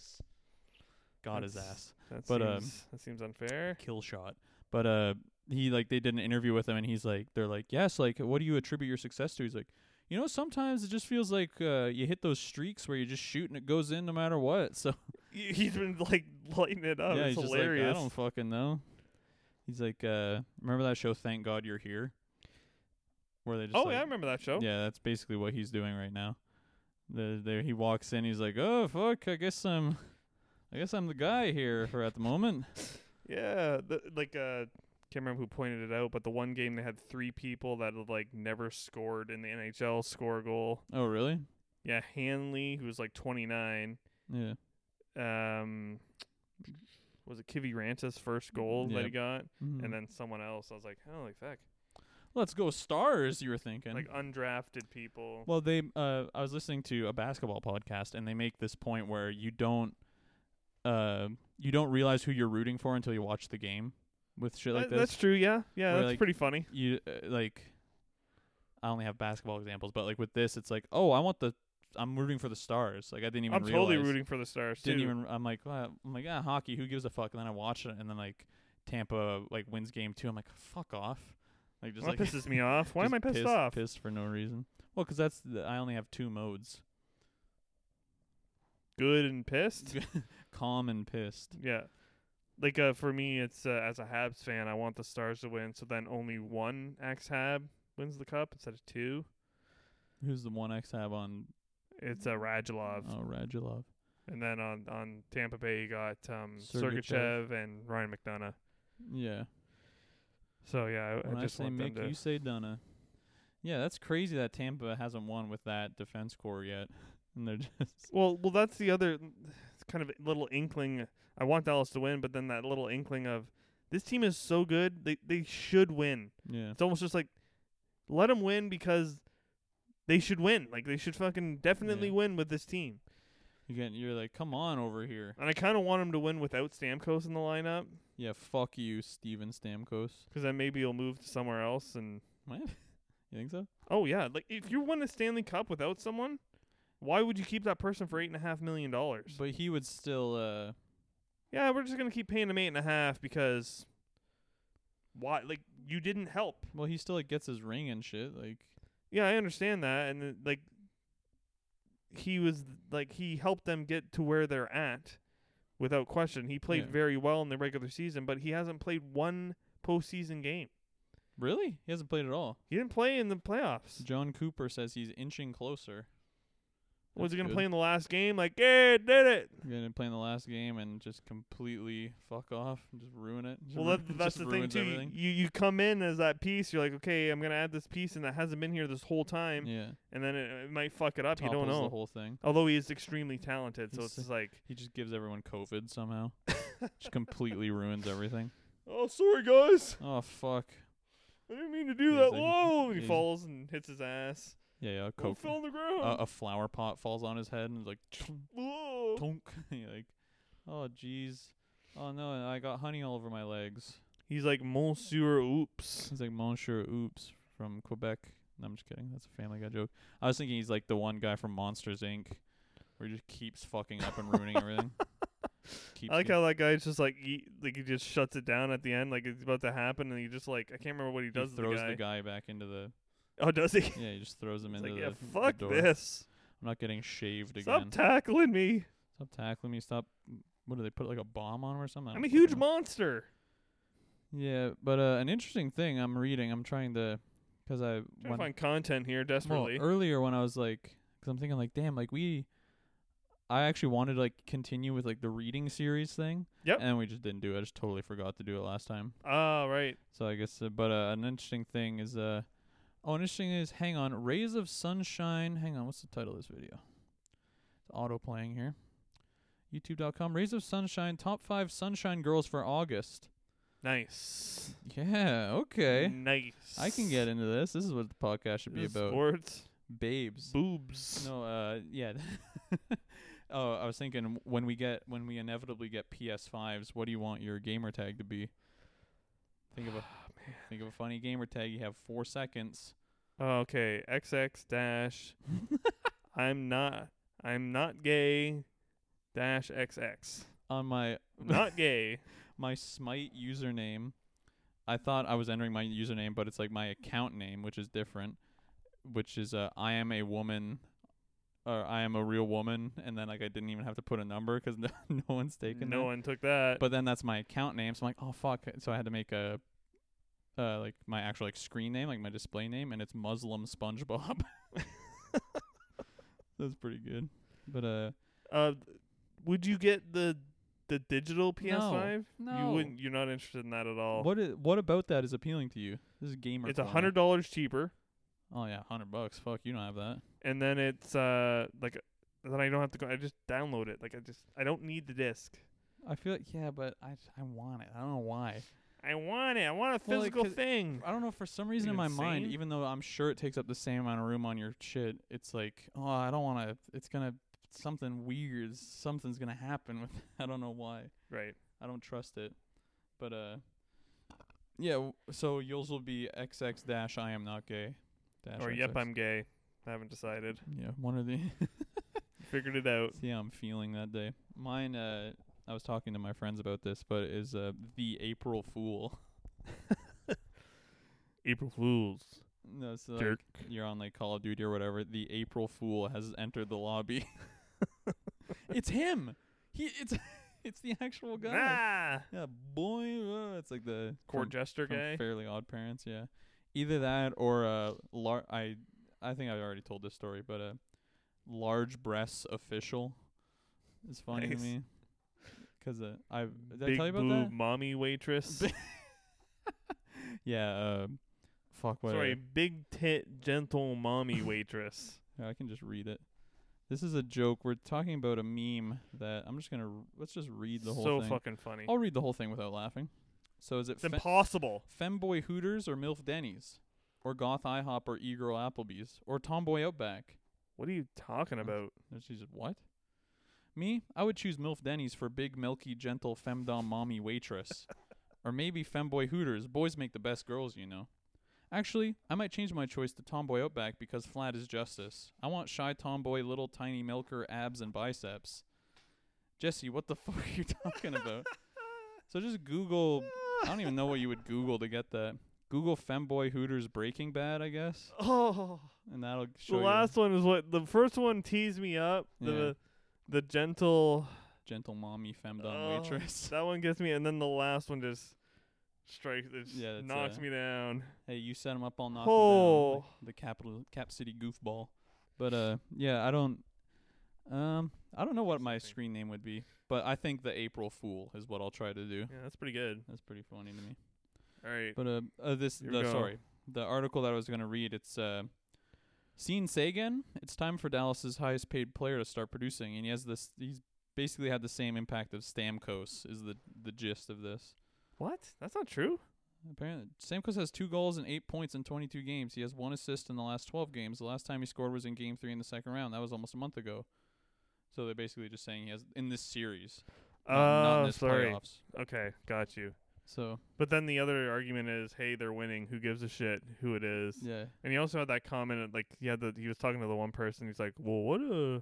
Speaker 1: Got his
Speaker 2: That's-
Speaker 1: ass.
Speaker 2: That,
Speaker 1: But, um,
Speaker 2: seems, that seems unfair.
Speaker 1: kill shot. But uh, he like they did an interview with him, and he's like, they're like, yes, like what do you attribute your success to? He's like, you know, sometimes it just feels like uh, you hit those streaks where you just shoot and it goes in no matter what. So
Speaker 2: Y- He's been like lighting it up.
Speaker 1: yeah,
Speaker 2: it's
Speaker 1: he's
Speaker 2: Oh, hilarious.
Speaker 1: just like, I don't fucking know. He's like, uh, remember that show? Thank God You're Here, where they just
Speaker 2: oh,
Speaker 1: like,
Speaker 2: yeah, I remember that show.
Speaker 1: yeah, that's basically what he's doing right now. The there he walks in, he's like, oh fuck, I guess I'm, I guess I'm the guy here for at the moment.
Speaker 2: Yeah, the, like uh, can't remember who pointed it out, but the one game they had three people that had like never scored in the NHL score a goal.
Speaker 1: oh really?
Speaker 2: Yeah, Hanley, who was like 29.
Speaker 1: Yeah.
Speaker 2: Um, was it Kiviranta's first goal that he
Speaker 1: Yep.
Speaker 2: got?
Speaker 1: Mhm.
Speaker 2: And then someone else. I was like, holy fuck!
Speaker 1: Let's go stars, you were thinking.
Speaker 2: Like undrafted people.
Speaker 1: well, they uh I was listening to a basketball podcast and they make this point where you don't uh you don't realize who you're rooting for until you watch the game with shit like
Speaker 2: That-
Speaker 1: this.
Speaker 2: that's true. Yeah, yeah,
Speaker 1: Where,
Speaker 2: that's
Speaker 1: like,
Speaker 2: pretty funny.
Speaker 1: you uh, like I only have basketball examples, but like with this it's like, "Oh, I want the I'm rooting for the stars." Like I didn't even
Speaker 2: I'm
Speaker 1: realize.
Speaker 2: totally rooting for the Stars too.
Speaker 1: Didn't even I'm like, "Well, I'm like, "Ah, hockey, who gives a fuck?" And then I watch it and then like Tampa like wins game 2. I'm like, "Fuck off." Like just
Speaker 2: Well,
Speaker 1: like
Speaker 2: that pisses me off. Why am I
Speaker 1: Just
Speaker 2: pissed, off?
Speaker 1: Pissed for no reason. Well, 'cause that's the, I only have two modes:
Speaker 2: Good and pissed.
Speaker 1: calm and pissed.
Speaker 2: yeah. Like uh, for me, it's uh, as a Habs fan, I want the Stars to win. So then only one ex Hab wins the cup instead of two.
Speaker 1: Who's the one X have on?
Speaker 2: It's uh, Radulov.
Speaker 1: Oh, Radulov.
Speaker 2: And then on, on Tampa Bay, you got um,
Speaker 1: Sergachev.
Speaker 2: Sergachev and Ryan McDonough.
Speaker 1: Yeah.
Speaker 2: So yeah, I,
Speaker 1: when
Speaker 2: I
Speaker 1: I
Speaker 2: just
Speaker 1: say
Speaker 2: want them
Speaker 1: Mick,
Speaker 2: to.
Speaker 1: you say Dunna. Yeah, that's crazy that Tampa hasn't won with that defense core yet, and they're just
Speaker 2: Well, well, that's the other it's kind of little inkling. I want Dallas to win, but then that little inkling of this team is so good, they they should win.
Speaker 1: yeah.
Speaker 2: It's almost just like let them win because they should win. Like they should fucking definitely
Speaker 1: Yeah.
Speaker 2: win with this team.
Speaker 1: You get you're like, come on over here.
Speaker 2: And I kind of want them to win without Stamkos in the lineup
Speaker 1: Yeah, fuck you, Steven Stamkos.
Speaker 2: because then maybe he'll move to somewhere else. And
Speaker 1: What? you think so?
Speaker 2: oh yeah, like if you win a Stanley Cup without someone, why would you keep that person for eight and a half million dollars?
Speaker 1: But he would still. uh
Speaker 2: yeah, we're just gonna keep paying him eight and a half because why? Like you didn't help.
Speaker 1: Well, he still like gets his ring and shit. Like
Speaker 2: Yeah, I understand that, and it- like he was like he helped them get to where they're at without question. He played
Speaker 1: Yeah.
Speaker 2: very well in the regular season, but he hasn't played one postseason game.
Speaker 1: really, he hasn't played at all.
Speaker 2: He didn't play in the playoffs.
Speaker 1: John Cooper says he's inching closer.
Speaker 2: Was
Speaker 1: That's
Speaker 2: he gonna
Speaker 1: good.
Speaker 2: play in the last game? Like, yeah, did it.
Speaker 1: Gonna play in the last game and just completely fuck off, and just ruin it. Just
Speaker 2: Well,
Speaker 1: ru-
Speaker 2: that, that's
Speaker 1: just
Speaker 2: the thing
Speaker 1: ruins
Speaker 2: too. You-
Speaker 1: everything.
Speaker 2: You you come in as that piece. You're like, okay, I'm gonna add this piece, and that hasn't been here this whole time,
Speaker 1: Yeah,
Speaker 2: and then it, it might fuck it up. You
Speaker 1: topples
Speaker 2: don't know.
Speaker 1: the whole thing.
Speaker 2: Although he is extremely talented, so
Speaker 1: He's
Speaker 2: it's
Speaker 1: so-
Speaker 2: just like,
Speaker 1: He just gives everyone COVID somehow. just completely ruins everything.
Speaker 2: oh, sorry guys,
Speaker 1: Oh fuck.
Speaker 2: I didn't mean to do
Speaker 1: He's
Speaker 2: that.
Speaker 1: like-
Speaker 2: Whoa! And he
Speaker 1: he's-
Speaker 2: falls and hits his ass.
Speaker 1: Yeah, yeah.
Speaker 2: Oh,
Speaker 1: COVID.
Speaker 2: fell on the ground.
Speaker 1: a, a flower pot falls on his head and it's like, chunk,
Speaker 2: Whoa.
Speaker 1: tonk. You're like, oh jeez. Oh no, I got honey all over my legs.
Speaker 2: He's like Monsieur Oops.
Speaker 1: He's like Monsieur Oops from Quebec. No, I'm just kidding. That's a Family Guy joke. I was thinking he's like the one guy from Monsters Inc. where he just keeps fucking up and ruining everything. Keeps
Speaker 2: I like
Speaker 1: getting-
Speaker 2: how that guy's just like he, like he just shuts it down at the end, like it's about to happen, and he just like I can't remember what he
Speaker 1: he
Speaker 2: does. to
Speaker 1: throws
Speaker 2: the guy.
Speaker 1: back into the
Speaker 2: Oh, does he?
Speaker 1: yeah. He just throws him
Speaker 2: It's
Speaker 1: into
Speaker 2: like
Speaker 1: the
Speaker 2: yeah,
Speaker 1: the
Speaker 2: fuck
Speaker 1: door.
Speaker 2: this.
Speaker 1: I'm not getting shaved
Speaker 2: Stop
Speaker 1: again.
Speaker 2: tackling me.
Speaker 1: Stop tackling me. Stop. What do they put like a bomb on him or something? I
Speaker 2: I'm a
Speaker 1: don't
Speaker 2: huge
Speaker 1: fucking know.
Speaker 2: monster.
Speaker 1: Yeah, but uh, an interesting thing I'm reading. I'm trying to because I
Speaker 2: Trying to
Speaker 1: went-
Speaker 2: find content here
Speaker 1: well, er
Speaker 2: desperately.
Speaker 1: earlier when I was like, because I'm thinking like, damn, like we, I actually wanted to like continue with like the reading series thing.
Speaker 2: Yep.
Speaker 1: And we just didn't do it. I just totally forgot to do it last time.
Speaker 2: Ah, right.
Speaker 1: So I guess, uh, but uh, an interesting thing is, uh, oh, an interesting thing is, hang on, rays of sunshine. Hang on, what's the title of this video? It's auto playing here. YouTube.com, rays of sunshine, top five sunshine girls for August.
Speaker 2: Nice.
Speaker 1: Yeah, okay.
Speaker 2: Nice.
Speaker 1: I can get into this. This is what the podcast should be
Speaker 2: This is
Speaker 1: about.
Speaker 2: Sports.
Speaker 1: Babes.
Speaker 2: Boobs.
Speaker 1: No, uh, yeah. oh, I was thinking when we get when we inevitably get PS5s, what do you want your gamer tag to be? Think of a think of a funny gamer tag. You have four seconds.
Speaker 2: Okay. XX dash. I'm not. I'm not gay. Dash XX.
Speaker 1: On my
Speaker 2: Not gay.
Speaker 1: my Smite username, I thought I was entering my username, but it's like my account name, which is different, which is uh, I am a woman. Or I am a real woman, and then like I didn't even have to put a number 'cause no, no one's taken that.
Speaker 2: No one took that.
Speaker 1: but then that's my account name. So I'm like, oh fuck. So I had to make a uh like my actual like screen name, like my display name, and it's Muslim SpongeBob. that's pretty good. But uh
Speaker 2: Uh, would you get the the digital PS5?
Speaker 1: no.
Speaker 2: You wouldn't. You're not interested in that at all.
Speaker 1: what i- what about that is appealing to you? This is gamer.
Speaker 2: Oh. It's a
Speaker 1: corner.
Speaker 2: hundred dollars cheaper,
Speaker 1: Oh yeah, hundred bucks. Fuck, you don't have that.
Speaker 2: and then it's uh like then I don't have to go. I just download it. Like I just I don't need the disc.
Speaker 1: I feel like yeah, but I I want it. I don't know why.
Speaker 2: I want it. I want a
Speaker 1: Well, like,
Speaker 2: physical
Speaker 1: 'cause-
Speaker 2: thing.
Speaker 1: I don't know for some reason in my mind,
Speaker 2: insane?
Speaker 1: even though I'm sure it takes up the same amount of room on your shit, it's like, oh, I don't want to. It's gonna something weird. Something's gonna happen with. I don't know why.
Speaker 2: Right.
Speaker 1: I don't trust it. But uh, yeah. w- So yours will be XX dash I am not gay. Dash
Speaker 2: Or yep,
Speaker 1: XX.
Speaker 2: I'm gay. I haven't decided.
Speaker 1: Yeah, one of the.
Speaker 2: Figured it out.
Speaker 1: See how I'm feeling that day. Mine. Uh, I was talking to my friends about this, but is uh the April Fool.
Speaker 2: April Fools.
Speaker 1: No, so like,
Speaker 2: Jerk.
Speaker 1: you're on like Call of Duty or whatever, the April Fool has entered the lobby. it's him. He it's it's the actual guy.
Speaker 2: Ah,
Speaker 1: Yeah, boy, uh, it's like the
Speaker 2: court
Speaker 1: from,
Speaker 2: jester
Speaker 1: from
Speaker 2: guy.
Speaker 1: Fairly Odd Parents. Yeah, either that or uh, lar- I I think I already told this story, but uh, large breasts official is funny
Speaker 2: Nice.
Speaker 1: to me. 'Cause uh, I did I
Speaker 2: Big
Speaker 1: tell you about
Speaker 2: boob
Speaker 1: that?
Speaker 2: mommy waitress.
Speaker 1: Big- Yeah. Uh, fuck. Whatever.
Speaker 2: Sorry, big tit gentle mommy waitress.
Speaker 1: Yeah, I can just read it. This is a joke. We're talking about a meme that I'm just gonna r- let's just read the whole
Speaker 2: so
Speaker 1: thing. Oh,
Speaker 2: fucking funny.
Speaker 1: I'll read the whole thing without laughing. So is it
Speaker 2: it's
Speaker 1: fe-
Speaker 2: impossible.
Speaker 1: femboy Hooters or milf Denny's, or goth IHOP or e-girl Applebee's, or tomboy Outback?
Speaker 2: What are you talking about?
Speaker 1: And she said, "What? Me? I would choose milf Denny's for big, milky, gentle femdom mommy waitress, or maybe femboy Hooters. Boys make the best girls, you know." Actually, I might change my choice to Tomboy Outback because flat is justice. I want shy tomboy, little tiny milker, abs and biceps. Jesse, what the fuck are you talking about? so just Google. I don't even know what you would Google to get that. Google femboy Hooters Breaking Bad, I guess,
Speaker 2: Oh,
Speaker 1: and that'll show
Speaker 2: the last one is what the first one teased me up. The
Speaker 1: Yeah.
Speaker 2: the gentle
Speaker 1: you gentle mommy femdom
Speaker 2: Oh,
Speaker 1: waitress.
Speaker 2: that one gets me, and then the last one just strikes. It just
Speaker 1: Yeah, that's,
Speaker 2: knocks
Speaker 1: uh,
Speaker 2: me down.
Speaker 1: Hey, you set him up all knock him down,
Speaker 2: Oh.
Speaker 1: like the capital cap city goofball. But uh, yeah, I don't, um, I don't know what my
Speaker 2: Something.
Speaker 1: screen name would be, but I think the April Fool is what I'll try to do.
Speaker 2: Yeah, that's pretty good.
Speaker 1: That's pretty funny to me.
Speaker 2: All right.
Speaker 1: But uh, uh this
Speaker 2: Here we
Speaker 1: the
Speaker 2: go.
Speaker 1: sorry, the article that I was gonna read, it's uh, seen Sagan. It's time for Dallas's highest paid player to start producing, and he has this. He's basically had the same impact of Stamkos. Is the the gist of this?
Speaker 2: What? That's not true.
Speaker 1: Apparently, Stamkos has two goals and eight points in 22 games. He has one assist in the last 12 games. The last time he scored was in Game Three in the second round. That was almost a month ago. So they're basically just saying he has in this series,
Speaker 2: Oh,
Speaker 1: not, not in this
Speaker 2: sorry.
Speaker 1: playoffs.
Speaker 2: Okay, got you.
Speaker 1: So
Speaker 2: But then the other argument is, hey, they're winning. Who gives a shit who it is?
Speaker 1: yeah,
Speaker 2: And he also had that comment, of, like, yeah, the, he was talking to the one person. He's like, well, what uh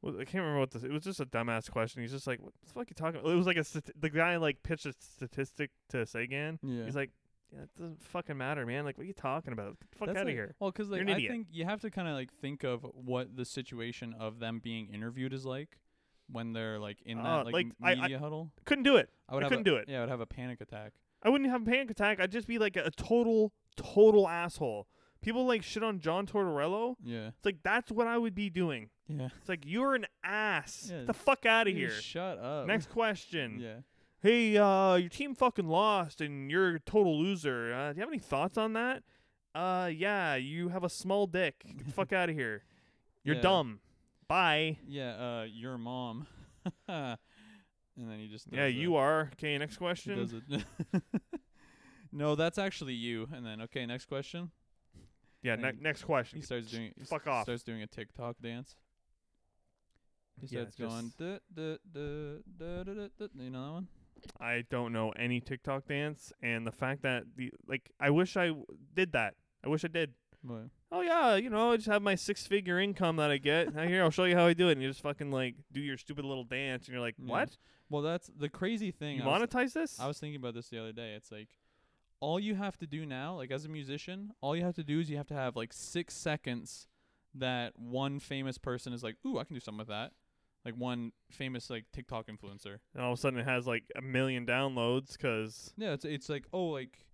Speaker 2: Well, I can't remember what this. It was just a dumbass question. He's just like, "What the fuck you talking about?" It was like a stat- the guy like pitched a statistic to Sagan.
Speaker 1: Yeah.
Speaker 2: He's like, "Yeah, it doesn't fucking matter, man. Like, what are you talking about? Get the fuck
Speaker 1: That's
Speaker 2: out of
Speaker 1: like-
Speaker 2: here."
Speaker 1: Well, because
Speaker 2: You're
Speaker 1: like
Speaker 2: an
Speaker 1: I
Speaker 2: idiot.
Speaker 1: think you have to kind of like think of what the situation of them being interviewed is like when they're like in that
Speaker 2: Uh,
Speaker 1: like,
Speaker 2: like,
Speaker 1: m-
Speaker 2: I- I-
Speaker 1: media huddle.
Speaker 2: Couldn't do it.
Speaker 1: would
Speaker 2: I
Speaker 1: have
Speaker 2: couldn't
Speaker 1: a,
Speaker 2: do it.
Speaker 1: Yeah, I would have a panic attack.
Speaker 2: I wouldn't have a panic attack. I'd just be like a total, total asshole. People like shit on John Tortorello.
Speaker 1: Yeah,
Speaker 2: It's like that's what I would be doing.
Speaker 1: yeah.
Speaker 2: It's like you're an ass.
Speaker 1: Yeah.
Speaker 2: Get the fuck out of
Speaker 1: Dude,
Speaker 2: here.
Speaker 1: Shut up.
Speaker 2: Next question.
Speaker 1: Yeah.
Speaker 2: hey, uh, your team fucking lost and you're a total loser. Uh, do you have any thoughts on that? Uh, yeah, you have a small dick. Get the fuck out of here. You're
Speaker 1: Yeah.
Speaker 2: dumb. Bye.
Speaker 1: Yeah. Uh, your mom. and then he just. Does
Speaker 2: yeah, you are. Okay, next question.
Speaker 1: no, that's actually you. And then okay, next question.
Speaker 2: Yeah, ne-
Speaker 1: And
Speaker 2: next question.
Speaker 1: He starts doing. he
Speaker 2: fuck off.
Speaker 1: Starts doing a TikTok dance. He
Speaker 2: Yeah,
Speaker 1: starts going. Duh, duh, duh, duh, duh, duh, duh. You know that one?
Speaker 2: I don't know any TikTok dance, and the fact that the like, I wish I w- did that. I wish I did.
Speaker 1: What?
Speaker 2: Oh yeah, you know, I just have my six-figure income that I get. Now here, I'll show you how I do it. And you just fucking like do your stupid little dance, and you're like,
Speaker 1: Yeah.
Speaker 2: what?
Speaker 1: Well, that's the crazy Mm. thing.
Speaker 2: You
Speaker 1: I was-
Speaker 2: monetize this?
Speaker 1: I was thinking about this the other day. It's like all you have to do now, like as a musician, all you have to do is you have to have like six seconds that one famous person is like, "Ooh, I can do something with that." Like one famous like TikTok influencer.
Speaker 2: and all of a sudden it has like a million downloads because
Speaker 1: Yeah, it's it's like oh like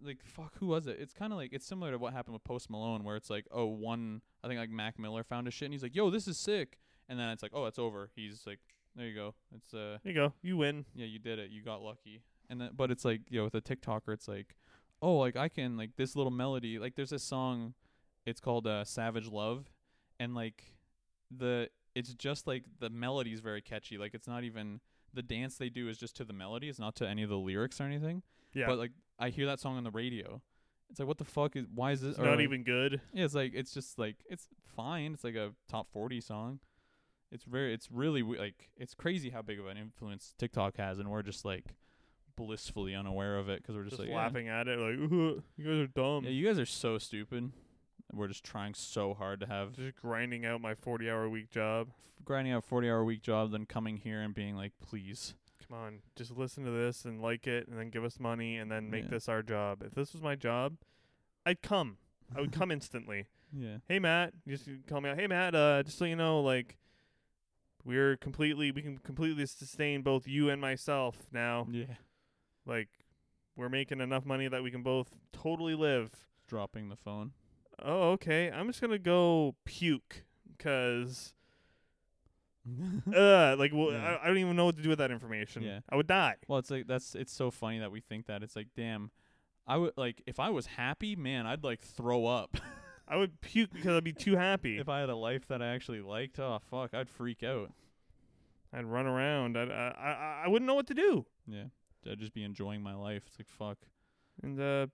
Speaker 1: like fuck who was it? It's kind of like it's similar to what happened with Post Malone where it's like oh one I think like Mac Miller found a shit and he's like yo this is sick and then it's like oh it's over he's like there you go it's uh
Speaker 2: there you go, you win.
Speaker 1: yeah, you did it. You got lucky. And that, but it's like, you know, with a TikToker, it's like, oh, like I can like this little melody. Like there's this song, it's called uh, "Savage Love," and like the it's just like the melody's very catchy. Like it's not even the dance they do is just to the melody. It's not to any of the lyrics or anything.
Speaker 2: Yeah,
Speaker 1: But like I hear that song on the radio. It's like what the fuck is why is this
Speaker 2: it's
Speaker 1: or,
Speaker 2: not
Speaker 1: like,
Speaker 2: even good.
Speaker 1: yeah, it's like it's just like it's fine. It's like a top forty song. It's very, it's really we- like it's crazy how big of an influence TikTok has, and we're just like blissfully unaware of it because we're just,
Speaker 2: Just
Speaker 1: like yeah.
Speaker 2: laughing at it, like "Ooh, you guys are dumb.
Speaker 1: Yeah, you guys are so stupid. We're just trying so hard to have
Speaker 2: just grinding out my forty-hour week job.
Speaker 1: grinding out forty hour week job, then coming here and being like, please,
Speaker 2: Come on, just listen to this and like it, and then give us money, and then make
Speaker 1: Yeah.
Speaker 2: this our job. If this was my job, I'd come. I would come instantly.
Speaker 1: yeah,
Speaker 2: Hey Matt, you just call me out. Hey Matt, uh, just so you know, like we're completely, we can completely sustain both you and myself now.
Speaker 1: yeah,
Speaker 2: Like, we're making enough money that we can both totally live.
Speaker 1: dropping the phone.
Speaker 2: Oh, okay. I'm just gonna go puke because, uh, like, well,
Speaker 1: Yeah.
Speaker 2: I, I don't even know what to do with that information.
Speaker 1: Yeah.
Speaker 2: I would die.
Speaker 1: Well, it's like that's it's so funny that we think that it's like, damn, I would like if I was happy, man, I'd like throw up.
Speaker 2: I would puke because I'd be too happy.
Speaker 1: if I had a life that I actually liked, oh fuck, I'd freak out.
Speaker 2: I'd run around. I'd, I, I, I- I wouldn't know what to do.
Speaker 1: Yeah, I'd just be enjoying my life. It's like fuck,
Speaker 2: And uh,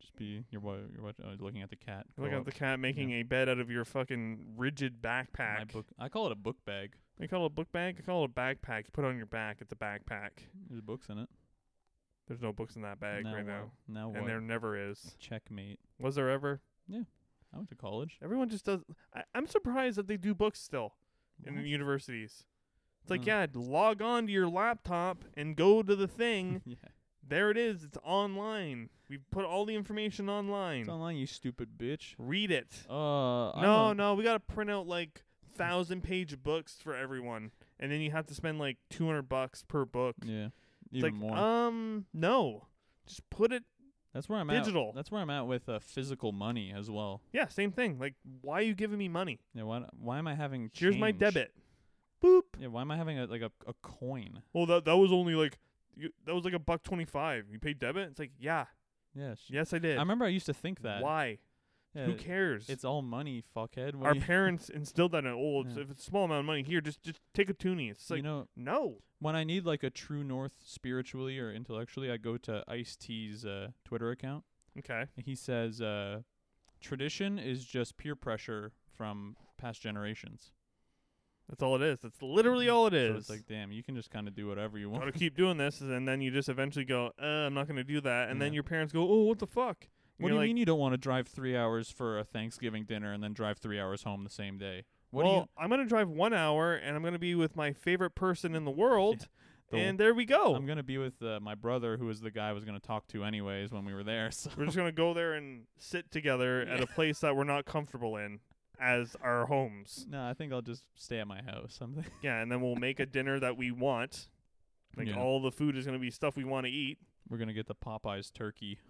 Speaker 1: just be you're wa- you're watching, uh, looking at the cat. curl
Speaker 2: look at
Speaker 1: up.
Speaker 2: the cat making a bed out of your fucking rigid backpack.
Speaker 1: My book. I call it a book bag.
Speaker 2: They call it a book bag. I call it a backpack. You put it on your back. It's a backpack.
Speaker 1: There's books in it.
Speaker 2: There's no books in that bag
Speaker 1: now
Speaker 2: right
Speaker 1: what?
Speaker 2: now,
Speaker 1: Now what?
Speaker 2: and there never is.
Speaker 1: Checkmate.
Speaker 2: Was there ever?
Speaker 1: I went to college.
Speaker 2: Everyone just does. I, I'm surprised that they do books still in
Speaker 1: What? Hmm.
Speaker 2: universities. It's like, yeah,
Speaker 1: Huh.
Speaker 2: log on to your laptop and go to the thing.
Speaker 1: yeah.
Speaker 2: there it is. It's online. We put all the information online.
Speaker 1: It's online, you stupid bitch.
Speaker 2: Read it.
Speaker 1: Uh, I
Speaker 2: no,
Speaker 1: don't-
Speaker 2: no, we gotta print out like thousand page books for everyone, and then you have to spend like 200 bucks per book.
Speaker 1: Yeah,
Speaker 2: It's
Speaker 1: even
Speaker 2: like,
Speaker 1: more.
Speaker 2: um, no, just put it.
Speaker 1: that's where I'm
Speaker 2: digital.
Speaker 1: at. That's where I'm at with uh, physical money as well.
Speaker 2: Yeah, same thing. Like, why are you giving me money?
Speaker 1: Yeah, why? Why am I having?
Speaker 2: Here's my
Speaker 1: change?
Speaker 2: debit. Boop.
Speaker 1: Yeah, why am I having a like a, a coin?
Speaker 2: Well, that that was only like you, that was like a buck twenty five. You paid debit. It's like, yeah,
Speaker 1: Yes.
Speaker 2: yes, I did.
Speaker 1: I remember I used to think that.
Speaker 2: Why?
Speaker 1: Yeah,
Speaker 2: Who cares?
Speaker 1: It's all money, fuckhead. What
Speaker 2: Our
Speaker 1: do you,
Speaker 2: parents instilled that in old.
Speaker 1: Yeah.
Speaker 2: If it's a small amount of money here, just just take a toonie. It's
Speaker 1: you
Speaker 2: like
Speaker 1: know,
Speaker 2: no.
Speaker 1: when I need like a true north spiritually or intellectually, I go to Ice T's uh, Twitter account.
Speaker 2: Okay.
Speaker 1: And he says, uh, "Tradition is just peer pressure from past generations."
Speaker 2: That's all it is. That's literally all it is.
Speaker 1: So it's like, damn, you can just kind of do whatever you want.
Speaker 2: gotta keep doing this, and then you just eventually go, uh, I'm not gonna do that, and then
Speaker 1: Yeah.
Speaker 2: your parents go, oh, what the fuck? And you're
Speaker 1: What do you
Speaker 2: like,
Speaker 1: mean you don't want to drive three hours for a Thanksgiving dinner and then drive three hours home the same day? What
Speaker 2: well,
Speaker 1: do you?
Speaker 2: I'm gonna drive one hour, and I'm gonna be with my favorite person in the world,
Speaker 1: the-
Speaker 2: and there we go.
Speaker 1: I'm gonna be with uh, my brother, who was the guy I was gonna talk to anyways when we were there. So
Speaker 2: we're just gonna go there and sit together at a place that we're not comfortable in as our homes.
Speaker 1: no, I think I'll just stay at my house. Something.
Speaker 2: Yeah, and then we'll make a dinner that we want. Like
Speaker 1: Yeah.
Speaker 2: all the food is gonna be stuff we want to eat.
Speaker 1: We're gonna get the Popeyes turkey.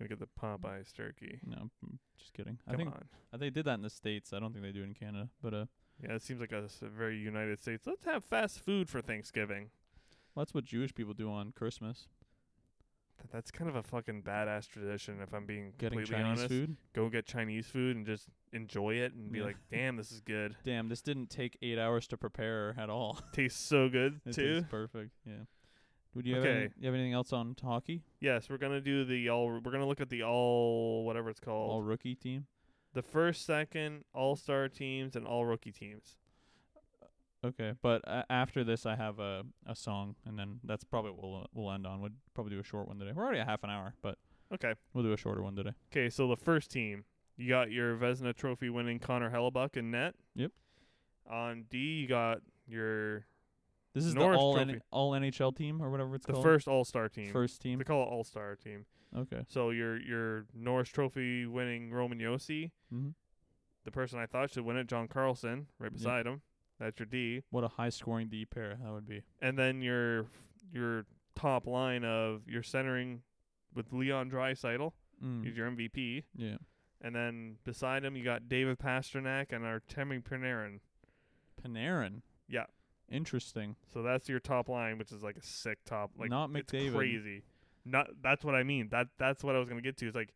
Speaker 2: Gonna get the Popeyes turkey.
Speaker 1: No, I'm just kidding. I
Speaker 2: Come
Speaker 1: think
Speaker 2: on.
Speaker 1: uh, they did that in the states. I don't think they do it in Canada. But uh,
Speaker 2: Yeah, it seems like us a very United States. Let's have fast food for Thanksgiving.
Speaker 1: that's what Jewish people do on Christmas.
Speaker 2: Th- That's kind of a fucking badass tradition, if I'm being
Speaker 1: Getting
Speaker 2: completely
Speaker 1: Chinese
Speaker 2: honest.
Speaker 1: food.
Speaker 2: Go get Chinese food and just enjoy it and be
Speaker 1: Yeah.
Speaker 2: like, damn, this is good.
Speaker 1: Damn, this didn't take eight hours to prepare at all.
Speaker 2: Tastes so good,
Speaker 1: It
Speaker 2: too.
Speaker 1: tastes perfect. Yeah. Would you have
Speaker 2: Okay.
Speaker 1: any, you have anything else on hockey?
Speaker 2: Yes, we're gonna do the all. We're gonna look at the all whatever it's called.
Speaker 1: All rookie team.
Speaker 2: the first, second, all star teams and all rookie teams.
Speaker 1: Okay, but uh, after this, I have a a song, and then that's probably what we'll we'll end on. We'll probably do a short one today. We're already at half an hour, but
Speaker 2: Okay.
Speaker 1: we'll do a shorter one today.
Speaker 2: Okay. So the first team, you got your Vesna Trophy winning Connor Hellebuck in net.
Speaker 1: Yep.
Speaker 2: On D, you got your
Speaker 1: This is
Speaker 2: Norris
Speaker 1: the all
Speaker 2: Trophy.
Speaker 1: N- all NHL team or whatever it's
Speaker 2: the
Speaker 1: called.
Speaker 2: first all star team.
Speaker 1: First team.
Speaker 2: They call it all star team.
Speaker 1: Okay.
Speaker 2: So your your Norris Trophy winning Roman Yossi,
Speaker 1: Mm-hmm.
Speaker 2: the person I thought should win it, John Carlson, right
Speaker 1: Yep.
Speaker 2: beside him. That's your D.
Speaker 1: What a high scoring D pair that would be.
Speaker 2: and then your your top line of your centering with Leon Dreisaitl,
Speaker 1: Mm.
Speaker 2: he's your MVP,
Speaker 1: Yeah.
Speaker 2: and then beside him you got David Pasternak and Artemi Panarin.
Speaker 1: Panarin.
Speaker 2: Yeah.
Speaker 1: Interesting.
Speaker 2: So that's your top line, which is like a sick top, like
Speaker 1: Not
Speaker 2: it's
Speaker 1: McDavid.
Speaker 2: crazy. Not that's what I mean. That that's what I was gonna get to. Is like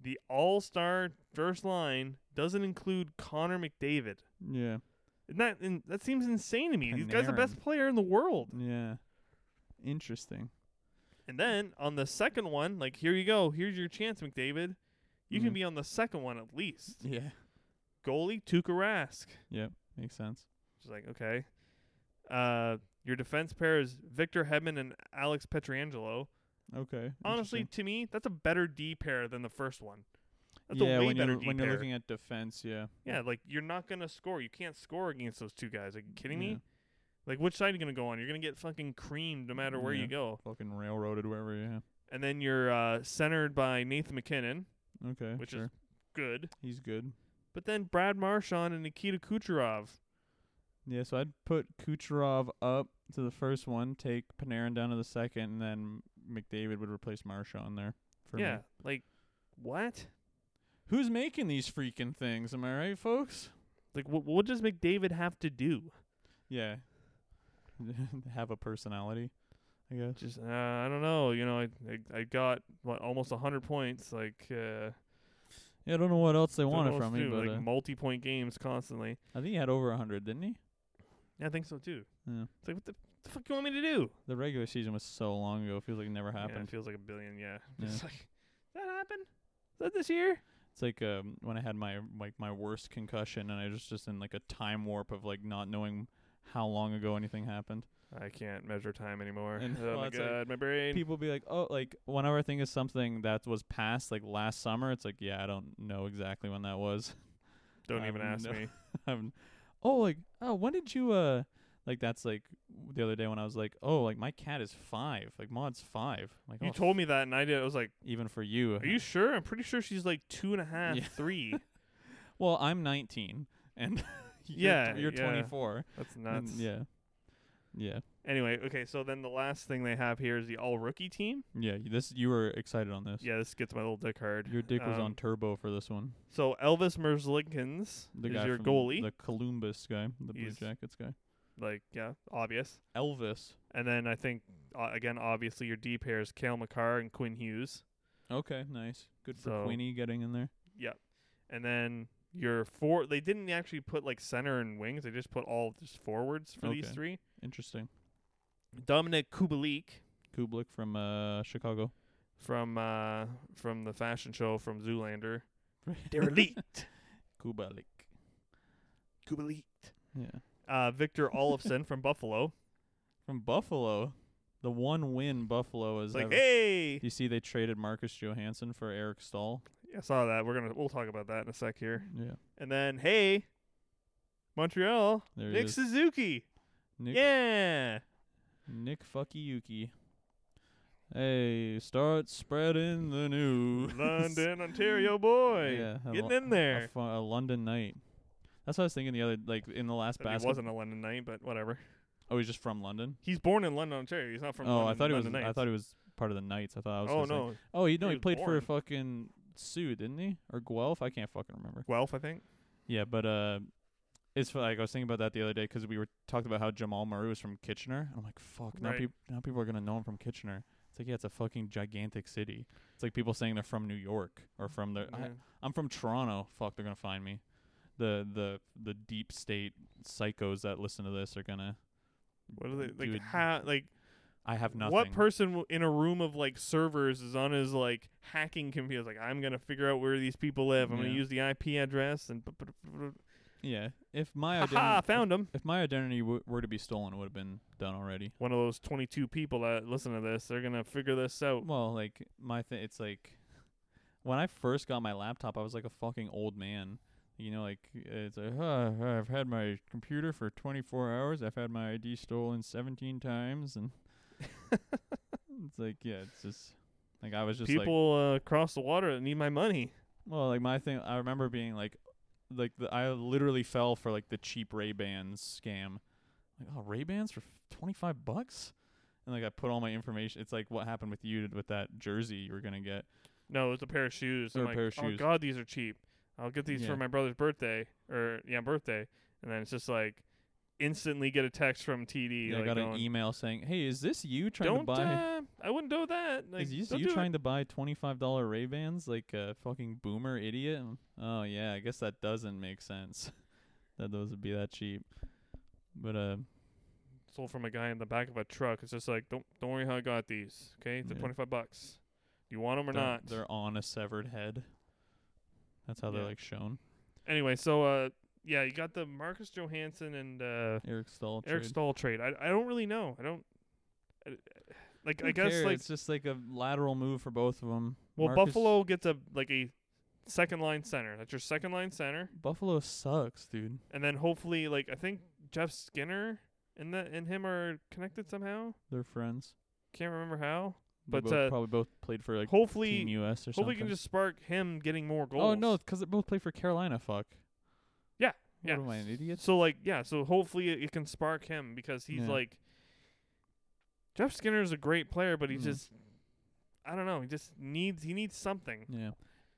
Speaker 2: the All Star first line doesn't include Connor McDavid.
Speaker 1: Yeah.
Speaker 2: And that and that seems insane to me. These guy's the best
Speaker 1: Panarin.
Speaker 2: player in the world.
Speaker 1: Yeah. Interesting.
Speaker 2: And then on the second one, like here you go, here's your chance, McDavid. You can
Speaker 1: Mhm.
Speaker 2: be on the second one at least.
Speaker 1: Yeah.
Speaker 2: Goalie Tuukka Rask.
Speaker 1: Makes sense.
Speaker 2: Just like okay. Uh, your defense pair is Victor Hedman and Alex Petriangelo.
Speaker 1: Okay.
Speaker 2: Honestly,
Speaker 1: interesting.
Speaker 2: to me, that's a better D pair than the first one. That's
Speaker 1: yeah,
Speaker 2: a way
Speaker 1: when
Speaker 2: better
Speaker 1: you're
Speaker 2: D
Speaker 1: when
Speaker 2: pair.
Speaker 1: you're looking at defense, yeah.
Speaker 2: yeah, like you're not gonna score. You can't score against those two guys. Are you kidding
Speaker 1: Yeah.
Speaker 2: me? Like which side are you gonna go on? You're gonna get fucking creamed no matter where
Speaker 1: Yeah.
Speaker 2: you go.
Speaker 1: Fucking railroaded wherever. Yeah.
Speaker 2: And then you're uh, centered by Nathan McKinnon,
Speaker 1: Okay.
Speaker 2: which
Speaker 1: sure.
Speaker 2: is good.
Speaker 1: he's good.
Speaker 2: But then Brad Marchand and Nikita Kucherov.
Speaker 1: Yeah, so I'd put Kucherov up to the first one, take Panarin down to the second, and then McDavid would replace Marshawn there. For me.
Speaker 2: yeah, like what?
Speaker 1: Who's making these freaking things? Am I right, folks?
Speaker 2: Like what? What does McDavid have to do?
Speaker 1: Yeah. Have a personality, I guess.
Speaker 2: Just uh, I don't know. You know, I I, I got what almost a hundred points. Like uh,
Speaker 1: Yeah, I don't know what else they
Speaker 2: don't know
Speaker 1: wanted
Speaker 2: what
Speaker 1: from
Speaker 2: to
Speaker 1: me,
Speaker 2: do,
Speaker 1: but
Speaker 2: like
Speaker 1: uh,
Speaker 2: multi-point games constantly.
Speaker 1: I think he had over a 100, didn't he?
Speaker 2: Yeah, I think so too.
Speaker 1: Yeah.
Speaker 2: It's like what the, the fuck you want me to do?
Speaker 1: The regular season was so long ago. It feels like it never
Speaker 2: Yeah, it
Speaker 1: happened.
Speaker 2: feels like a billion. Yeah,
Speaker 1: Yeah.
Speaker 2: it's like that happened. Is that this year?
Speaker 1: It's like um, when I had my like my worst concussion, and I was just in like a time warp of like not knowing how long ago anything happened.
Speaker 2: I can't measure time anymore.
Speaker 1: And-
Speaker 2: oh
Speaker 1: well,
Speaker 2: my
Speaker 1: it's like
Speaker 2: god, my brain.
Speaker 1: people be like, oh, like whenever I think of something that was past like last summer, it's like, yeah, I don't know exactly when that was.
Speaker 2: don't
Speaker 1: I
Speaker 2: even
Speaker 1: have
Speaker 2: ask
Speaker 1: no-
Speaker 2: me.
Speaker 1: I'm, oh, like, oh, when did you, uh, like that's like the other day when I was like, oh, like my cat is five, like Maud's five. I'm like,
Speaker 2: You
Speaker 1: oh,
Speaker 2: told me that, and I did. I was like.
Speaker 1: even for you.
Speaker 2: Are you sure? I'm pretty sure she's like two and a half,
Speaker 1: Yeah.
Speaker 2: three.
Speaker 1: Well, I'm 19 and you're,
Speaker 2: Yeah,
Speaker 1: you're
Speaker 2: yeah.
Speaker 1: 24.
Speaker 2: That's
Speaker 1: and
Speaker 2: nuts.
Speaker 1: yeah. Yeah.
Speaker 2: Anyway, okay, so then the last thing they have here is the all rookie team.
Speaker 1: Yeah. This, you were excited on this.
Speaker 2: Yeah, this gets my little dick hard.
Speaker 1: Your dick was
Speaker 2: Um,
Speaker 1: on turbo for this one.
Speaker 2: So Elvis Merzlikins
Speaker 1: The
Speaker 2: is
Speaker 1: guy
Speaker 2: your
Speaker 1: from
Speaker 2: goalie.
Speaker 1: the Columbus guy, the Blue
Speaker 2: He's-
Speaker 1: Jackets guy.
Speaker 2: like, yeah, obvious.
Speaker 1: Elvis.
Speaker 2: And then I think uh, again, obviously, your D pairs Kale McCarr and Quinn Hughes.
Speaker 1: Okay, nice. Good for
Speaker 2: So-
Speaker 1: Queenie getting in there.
Speaker 2: And then your four. They didn't actually put like center and wings. They just put all just forwards for these
Speaker 1: Okay.
Speaker 2: three.
Speaker 1: Interesting.
Speaker 2: Dominic Kubalik
Speaker 1: Kublik from uh, Chicago.
Speaker 2: from uh from the fashion show from Zoolander. Derelict.
Speaker 1: Kubalik.
Speaker 2: Kubalik.
Speaker 1: Yeah.
Speaker 2: uh, Victor Olofsson from Buffalo.
Speaker 1: From Buffalo. The one win Buffalo is
Speaker 2: It's like,
Speaker 1: ever-
Speaker 2: hey,
Speaker 1: You see, they traded Marcus Johansson for Eric Stahl.
Speaker 2: I saw that. We're gonna we'll talk about that in a sec here.
Speaker 1: Yeah.
Speaker 2: And then, hey, Montreal.
Speaker 1: There it
Speaker 2: Nick
Speaker 1: is.
Speaker 2: Suzuki.
Speaker 1: Nick,
Speaker 2: Yeah.
Speaker 1: Nick Fuckiyuki. Hey, start spreading the news.
Speaker 2: London, Ontario boy.
Speaker 1: Yeah, a
Speaker 2: Getting
Speaker 1: lo-
Speaker 2: in there.
Speaker 1: A, fu- a London night. That's what I was thinking the other, like in the last
Speaker 2: I mean, He
Speaker 1: basket.
Speaker 2: wasn't a London night, but whatever.
Speaker 1: oh, he's just from London.
Speaker 2: He's born in London, Ontario. He's not from.
Speaker 1: oh,
Speaker 2: London,
Speaker 1: I thought he was.
Speaker 2: London
Speaker 1: I
Speaker 2: Knights.
Speaker 1: thought he was part of the Knights. I thought I was.
Speaker 2: oh
Speaker 1: just like-
Speaker 2: no,
Speaker 1: oh, you know,
Speaker 2: he
Speaker 1: he,
Speaker 2: was
Speaker 1: played for
Speaker 2: born.
Speaker 1: a fucking Sioux, didn't he? Or Guelph? I can't fucking remember.
Speaker 2: Guelph, I think.
Speaker 1: Yeah, but uh, it's fu- like I was thinking about that the other day 'cause we were talking about how Jamal Murray was from Kitchener. I'm like, fuck, now
Speaker 2: Right.
Speaker 1: people now people are gonna know him from Kitchener. It's like yeah, it's a fucking gigantic city. It's like people saying they're from New York or from the. Uh, I,
Speaker 2: Yeah.
Speaker 1: I'm from Toronto. Fuck, they're gonna find me. The the the deep state psychos that listen to this are gonna.
Speaker 2: What are they like?
Speaker 1: dude,
Speaker 2: How like
Speaker 1: I have nothing.
Speaker 2: what person w- in a room of like servers is on his like hacking computer? Like I'm gonna figure out where these people live. I'm gonna
Speaker 1: Yeah.
Speaker 2: use the IP address and.
Speaker 1: Yeah, if my
Speaker 2: Ha
Speaker 1: identity,
Speaker 2: ha! Found him.
Speaker 1: if my identity w- were to be stolen, it would have been done already.
Speaker 2: One of those 22 people that listen to this, they're gonna figure this out.
Speaker 1: Well, like my thing, it's like when I first got my laptop, I was like a fucking old man. You know, like it's like "Huh, huh, I've had my computer for 24 hours. I've had my ID stolen 17 times, and it's like yeah, it's just like I was just like
Speaker 2: people uh, across the water that need my money.
Speaker 1: well, like my thing. I remember being like, like the, I literally fell for like the cheap Ray Bans scam. Like, oh, Ray Bans for twenty five bucks, and like I put all my information. It's like what happened with you with that jersey you were gonna get.
Speaker 2: No, it was a pair of shoes.
Speaker 1: Or
Speaker 2: I'm
Speaker 1: a
Speaker 2: like,
Speaker 1: pair of
Speaker 2: Oh
Speaker 1: shoes.
Speaker 2: God, these are cheap. I'll get these
Speaker 1: Yeah.
Speaker 2: for my brother's birthday or yeah, birthday. And then it's just like instantly get a text from TD.
Speaker 1: Yeah,
Speaker 2: like,
Speaker 1: I got an
Speaker 2: going,
Speaker 1: email saying, "Hey, is this you trying
Speaker 2: don't
Speaker 1: to buy?
Speaker 2: Uh, I wouldn't do that. Like,
Speaker 1: is this
Speaker 2: don't
Speaker 1: you
Speaker 2: do it."
Speaker 1: trying to buy twenty five dollar Ray Bans like a fucking boomer idiot?" And, Oh yeah, I guess that doesn't make sense that those would be that cheap. But uh,
Speaker 2: Sold from a guy in the back of a truck. It's just like don't don't worry how I got these. Okay, they're
Speaker 1: Yeah.
Speaker 2: 25 bucks. Do you want them or
Speaker 1: they're,
Speaker 2: not?
Speaker 1: they're on a severed head. That's how they're
Speaker 2: Yeah.
Speaker 1: like shown.
Speaker 2: Anyway, so uh, yeah, you got the Marcus Johansson and uh,
Speaker 1: Eric Stahl.
Speaker 2: Eric
Speaker 1: trade.
Speaker 2: Stahl trade. I I don't really know. I don't. I, like
Speaker 1: Who
Speaker 2: I guess
Speaker 1: cares?
Speaker 2: like
Speaker 1: it's just like a lateral move for both of them.
Speaker 2: Well, Buffalo gets a like a second line center. That's your second line center,
Speaker 1: Buffalo sucks, dude.
Speaker 2: and then hopefully, like I think Jeff Skinner and that and him are connected somehow.
Speaker 1: They're friends.
Speaker 2: Can't remember how.
Speaker 1: They
Speaker 2: But,
Speaker 1: both,
Speaker 2: uh,
Speaker 1: probably both played for like Team
Speaker 2: hopefully,
Speaker 1: US
Speaker 2: hopefully
Speaker 1: or
Speaker 2: we
Speaker 1: something.
Speaker 2: can just spark him getting more goals.
Speaker 1: oh no, because they both played for Carolina. Fuck.
Speaker 2: Yeah, yeah.
Speaker 1: What am I an idiot?
Speaker 2: So like yeah, so hopefully it, it can spark him because he's
Speaker 1: Yeah.
Speaker 2: like Jeff Skinner's a great player, but he
Speaker 1: Mhm.
Speaker 2: just I don't know. He just needs he needs something.
Speaker 1: Yeah.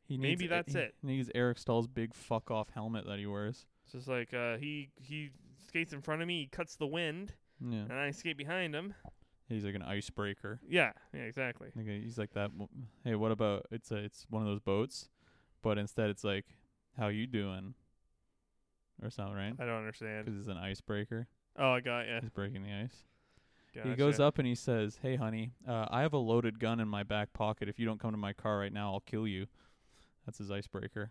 Speaker 1: He
Speaker 2: Maybe
Speaker 1: needs,
Speaker 2: that's
Speaker 1: he
Speaker 2: it.
Speaker 1: Needs Eric Stahl's big fuck off helmet that he wears.
Speaker 2: It's just like uh, he he skates in front of me, he cuts the wind,
Speaker 1: Yeah.
Speaker 2: and I skate behind him.
Speaker 1: He's like an icebreaker.
Speaker 2: Yeah, yeah, exactly.
Speaker 1: Like, uh, he's like that. w- Hey, what about it's a, it's one of those boats, but instead it's like, how you doing? Or something, right?
Speaker 2: I don't understand.
Speaker 1: Because it's an icebreaker.
Speaker 2: Oh, I got ya.
Speaker 1: He's breaking the ice.
Speaker 2: Gotcha.
Speaker 1: He goes up and he says, "Hey, honey, uh, I have a loaded gun in my back pocket. If you don't come to my car right now, I'll kill you." That's his icebreaker.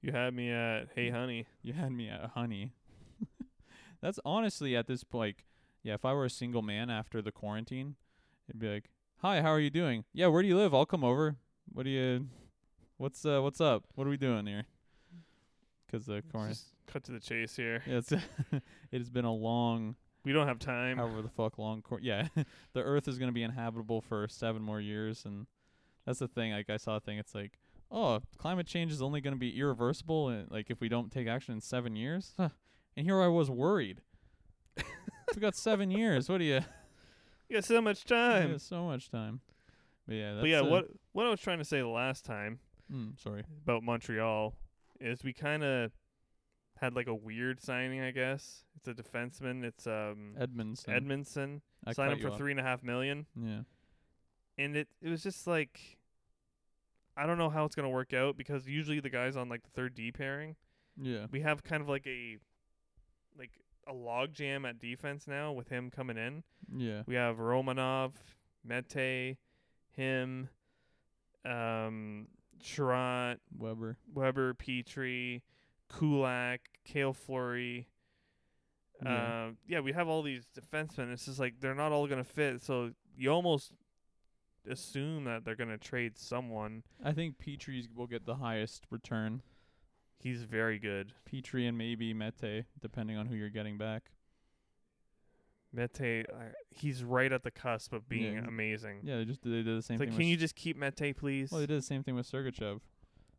Speaker 2: You had me at hey honey.
Speaker 1: You had me at honey. That's honestly at this point, like, yeah. If I were a single man after the quarantine, it'd be like, "Hi, how are you doing? Yeah, where do you live? I'll come over. What do you? What's uh, what's up? What are we doing here?" Because the quarantine.
Speaker 2: Just cut to the chase here.
Speaker 1: Yeah, it's it has been a long,
Speaker 2: We don't have time.
Speaker 1: however the fuck long. Cor- yeah, the Earth is gonna be inhabitable for seven more years, and that's the thing. Like I saw a thing. It's like, oh, climate change is only gonna be irreversible, and like if we don't take action in seven years. Huh. And here I was worried. we got seven years. What do you?
Speaker 2: You got so much
Speaker 1: Yeah,
Speaker 2: time.
Speaker 1: so much time. But yeah, that's
Speaker 2: But yeah,
Speaker 1: uh,
Speaker 2: what what I was trying to say the last time
Speaker 1: Mm, sorry.
Speaker 2: about Montreal is we kind of had like a weird signing. I guess it's a defenseman. It's um
Speaker 1: Edmondson.
Speaker 2: Edmondson.
Speaker 1: uh, I
Speaker 2: Signed
Speaker 1: cut
Speaker 2: him
Speaker 1: you
Speaker 2: for
Speaker 1: off.
Speaker 2: three and a half million,
Speaker 1: Yeah.
Speaker 2: and it it was just like I don't know how it's gonna work out because usually the guys on like the third D pairing.
Speaker 1: Yeah.
Speaker 2: we have kind of like a like a log jam at defense now with him coming in.
Speaker 1: Yeah.
Speaker 2: We have Romanov, Mete, him, um Sherratt,
Speaker 1: Weber.
Speaker 2: Weber, Petrie, Kulak, Kale Flurry.
Speaker 1: Yeah.
Speaker 2: Uh, yeah, we have all these defensemen. It's just like they're not all gonna fit, so you almost assume that they're gonna trade someone.
Speaker 1: I think Petrie's will get the highest return.
Speaker 2: He's very good.
Speaker 1: Petrie and maybe Mete, depending on who you're getting back.
Speaker 2: Mete, uh, he's right at the cusp of being
Speaker 1: Yeah.
Speaker 2: amazing.
Speaker 1: Yeah, they just they did the same
Speaker 2: It's like,
Speaker 1: thing.
Speaker 2: can
Speaker 1: with
Speaker 2: you
Speaker 1: S-
Speaker 2: just keep Mete, please?
Speaker 1: well, they
Speaker 2: they
Speaker 1: did the same thing with Sergachev,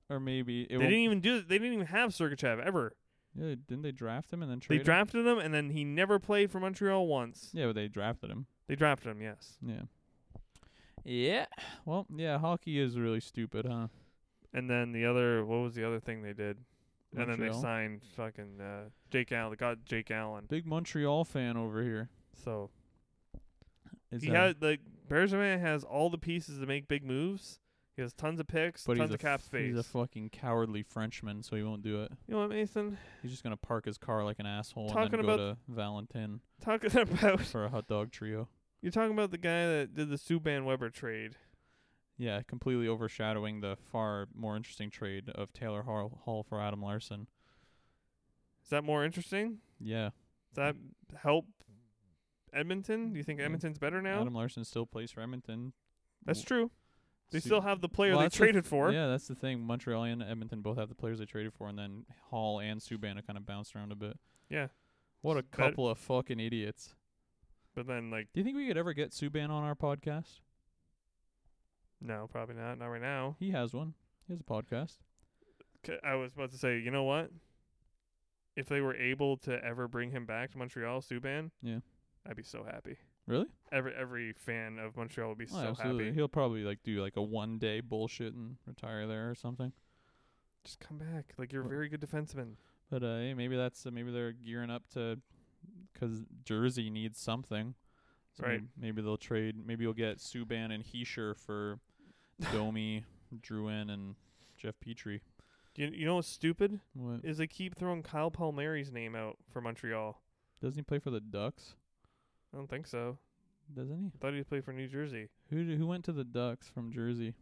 Speaker 1: or maybe it won't-
Speaker 2: didn't even do. They didn't even have Sergachev ever.
Speaker 1: Yeah, didn't they draft him and then trade
Speaker 2: they
Speaker 1: him?
Speaker 2: drafted him, and then he never played for Montreal once.
Speaker 1: Yeah, but they drafted him.
Speaker 2: They drafted him, yes.
Speaker 1: Yeah. Yeah. Well, yeah, hockey is really stupid, huh?
Speaker 2: And then the other, what was the other thing they did? And then they
Speaker 1: Montreal.
Speaker 2: signed fucking uh, Jake Allen. They got Jake Allen.
Speaker 1: Big Montreal fan over here.
Speaker 2: So
Speaker 1: Is
Speaker 2: he
Speaker 1: that-
Speaker 2: had like Bergevin has all the pieces to make big moves. He has tons of picks,
Speaker 1: but
Speaker 2: tons
Speaker 1: he's a
Speaker 2: of cap
Speaker 1: f-
Speaker 2: space.
Speaker 1: He's a fucking cowardly Frenchman, so he won't do it.
Speaker 2: you know what, Mason?
Speaker 1: He's just gonna park his car like an asshole
Speaker 2: Talking
Speaker 1: and then go to Valentin
Speaker 2: Talking about
Speaker 1: for a hot dog trio.
Speaker 2: you're talking about the guy that did the Subban Weber trade.
Speaker 1: Yeah, completely overshadowing the far more interesting trade of Taylor Hall, Hall for Adam Larson.
Speaker 2: Is that more interesting?
Speaker 1: Yeah,
Speaker 2: Does that help Edmonton? Do you think
Speaker 1: Yeah.
Speaker 2: Edmonton's better now?
Speaker 1: Mm-hmm. Adam Larson still plays for Edmonton.
Speaker 2: That's true. They
Speaker 1: Su-
Speaker 2: still have the player
Speaker 1: Well,
Speaker 2: they
Speaker 1: that's the
Speaker 2: traded for.
Speaker 1: Yeah, that's the thing. Montreal and Edmonton both have the players they traded for, and then Hall and Subban have kind of bounced around a bit.
Speaker 2: Yeah.
Speaker 1: What a
Speaker 2: It's better-
Speaker 1: couple of fucking idiots.
Speaker 2: But then like
Speaker 1: Do you think we could ever get Subban on our podcast?
Speaker 2: no, probably not. Not right now.
Speaker 1: He has one. He has a podcast.
Speaker 2: 'Kay, I was about to say, you know what? If they were able to ever bring him back to Montreal, Subban,
Speaker 1: Yeah.
Speaker 2: I'd be so happy.
Speaker 1: Really?
Speaker 2: Every every fan of Montreal would be
Speaker 1: Oh,
Speaker 2: so
Speaker 1: absolutely.
Speaker 2: happy.
Speaker 1: He'll probably like do like a one day bullshit and retire there or something.
Speaker 2: Just come back. Like you're a
Speaker 1: Well-
Speaker 2: very good defenseman.
Speaker 1: But uh, hey, maybe that's uh, maybe they're gearing up to because Jersey needs something. So
Speaker 2: Right.
Speaker 1: Maybe, maybe they'll trade. Maybe you'll get Subban and Heischer for Domi, Druin, and Jeff Petrie.
Speaker 2: You you know what's stupid
Speaker 1: What
Speaker 2: is they keep throwing Kyle Palmieri's name out for Montreal.
Speaker 1: doesn't he play for the Ducks?
Speaker 2: I don't think so.
Speaker 1: Doesn't he?
Speaker 2: I thought he played for New Jersey.
Speaker 1: Who d- who went to the Ducks from Jersey?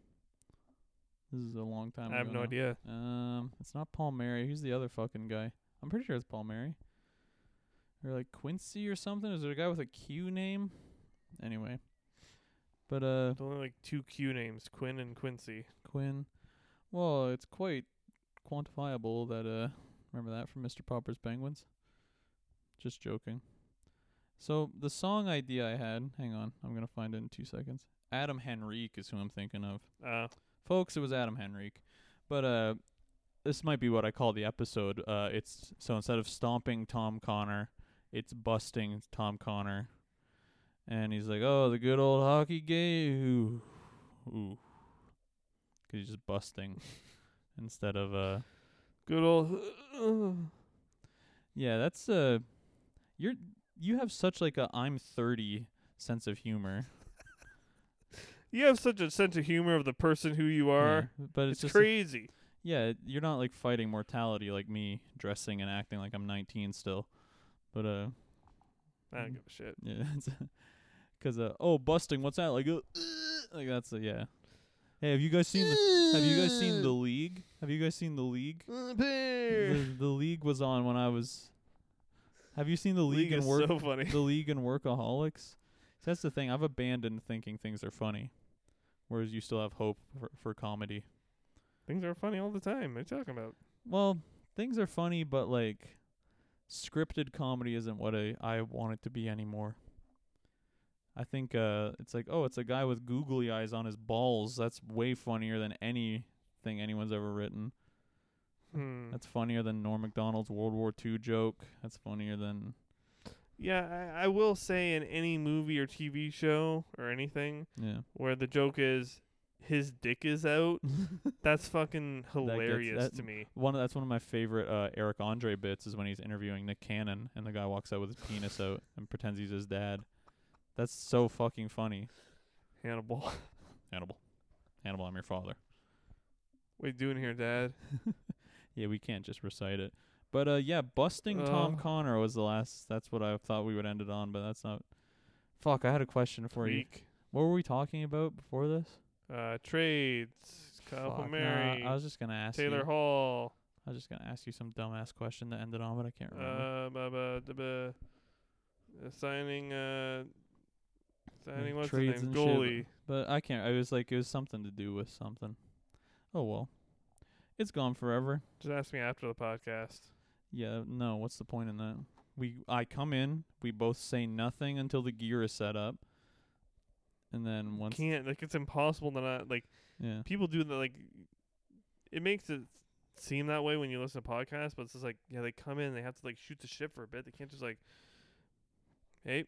Speaker 1: This is a long time.
Speaker 2: I have
Speaker 1: ago
Speaker 2: no
Speaker 1: now.
Speaker 2: idea.
Speaker 1: Um, it's not Paul Mary. Who's the other fucking guy? I'm pretty sure it's Paul Mary. Or like Quincy or something. Is there a guy with a Q name? Anyway. But uh
Speaker 2: There's only like two Q names, Quinn and Quincy.
Speaker 1: Quinn. Well, it's quite quantifiable that uh remember that from Mr. Popper's Penguins? Just joking. So the song idea I had, hang on, I'm gonna find it in two seconds. Adam Henrique is who I'm thinking of
Speaker 2: Uh,
Speaker 1: folks it was adam henrique but uh this might be what i call the episode uh it's so instead of stomping tom connor it's busting tom connor and he's like oh the good old hockey game ooh, ooh. 'Cause he's just busting instead of uh
Speaker 2: good old.
Speaker 1: yeah that's uh you're you have such like a i'm 30 sense of humor
Speaker 2: you have such a sense of humor of the person who you are.
Speaker 1: Yeah, but it's,
Speaker 2: it's
Speaker 1: just a-
Speaker 2: crazy.
Speaker 1: Yeah, you're not like fighting mortality like me, dressing and acting like I'm 19 still. But uh,
Speaker 2: I
Speaker 1: Mm.
Speaker 2: don't give a shit.
Speaker 1: yeah, because uh, oh, busting, what's that? Like, uh, like that's a, yeah. Hey, have you guys seen the Have you guys seen the league? Have you guys seen the league? The, the league was on when I was. Have you seen the league,
Speaker 2: League
Speaker 1: and
Speaker 2: is
Speaker 1: work?
Speaker 2: so funny.
Speaker 1: the league and workaholics. See, that's the thing. I've abandoned thinking things are funny, whereas you still have hope for, for comedy.
Speaker 2: Things are funny all the time. What are you talking about?
Speaker 1: Well, things are funny, but like scripted comedy isn't what I, I want it to be anymore. I think uh it's like, oh, it's a guy with googly eyes on his balls. That's way funnier than anything anyone's ever written.
Speaker 2: Hmm.
Speaker 1: That's funnier than Norm MacDonald's World War II joke. That's funnier than
Speaker 2: Yeah, I, I will say in any movie or TV show or anything
Speaker 1: yeah.
Speaker 2: where the joke is his dick is out, that's fucking hilarious
Speaker 1: that-
Speaker 2: to me.
Speaker 1: One of, that's one of my favorite uh, Eric Andre bits is when he's interviewing Nick Cannon and the guy walks out with his penis out and pretends he's his dad. That's so fucking funny.
Speaker 2: Hannibal,
Speaker 1: Hannibal. Hannibal, I'm your father.
Speaker 2: what you doing here, Dad?
Speaker 1: Yeah, we can't just recite it. But uh yeah, busting Tom
Speaker 2: Uh.
Speaker 1: Connor was the last that's what I thought we would end it on, but that's not Fuck, I had a question for you.
Speaker 2: Week.
Speaker 1: What were we talking about before this?
Speaker 2: Uh, trades. Kyle
Speaker 1: Fuck, nah,
Speaker 2: Mary.
Speaker 1: I was just gonna ask
Speaker 2: Taylor
Speaker 1: you,
Speaker 2: Hall.
Speaker 1: I was just gonna ask you some dumbass question to end it on, but I can't remember.
Speaker 2: Uh, blah, blah, blah, blah. Uh, signing. Uh, signing what's his
Speaker 1: trades
Speaker 2: name?
Speaker 1: and shit,
Speaker 2: Goalie.
Speaker 1: but I can't I was like it was something to do with something. Oh well. It's gone forever.
Speaker 2: Just ask me after the podcast.
Speaker 1: Yeah, no, what's the point in that? We I come in, we both say nothing until the gear is set up. And then once
Speaker 2: Can't like it's impossible to not like
Speaker 1: yeah.
Speaker 2: people do that like it makes it seem that way when you listen to podcasts, but it's just like yeah, they come in, they have to like shoot the shit for a bit. They can't just like Hey,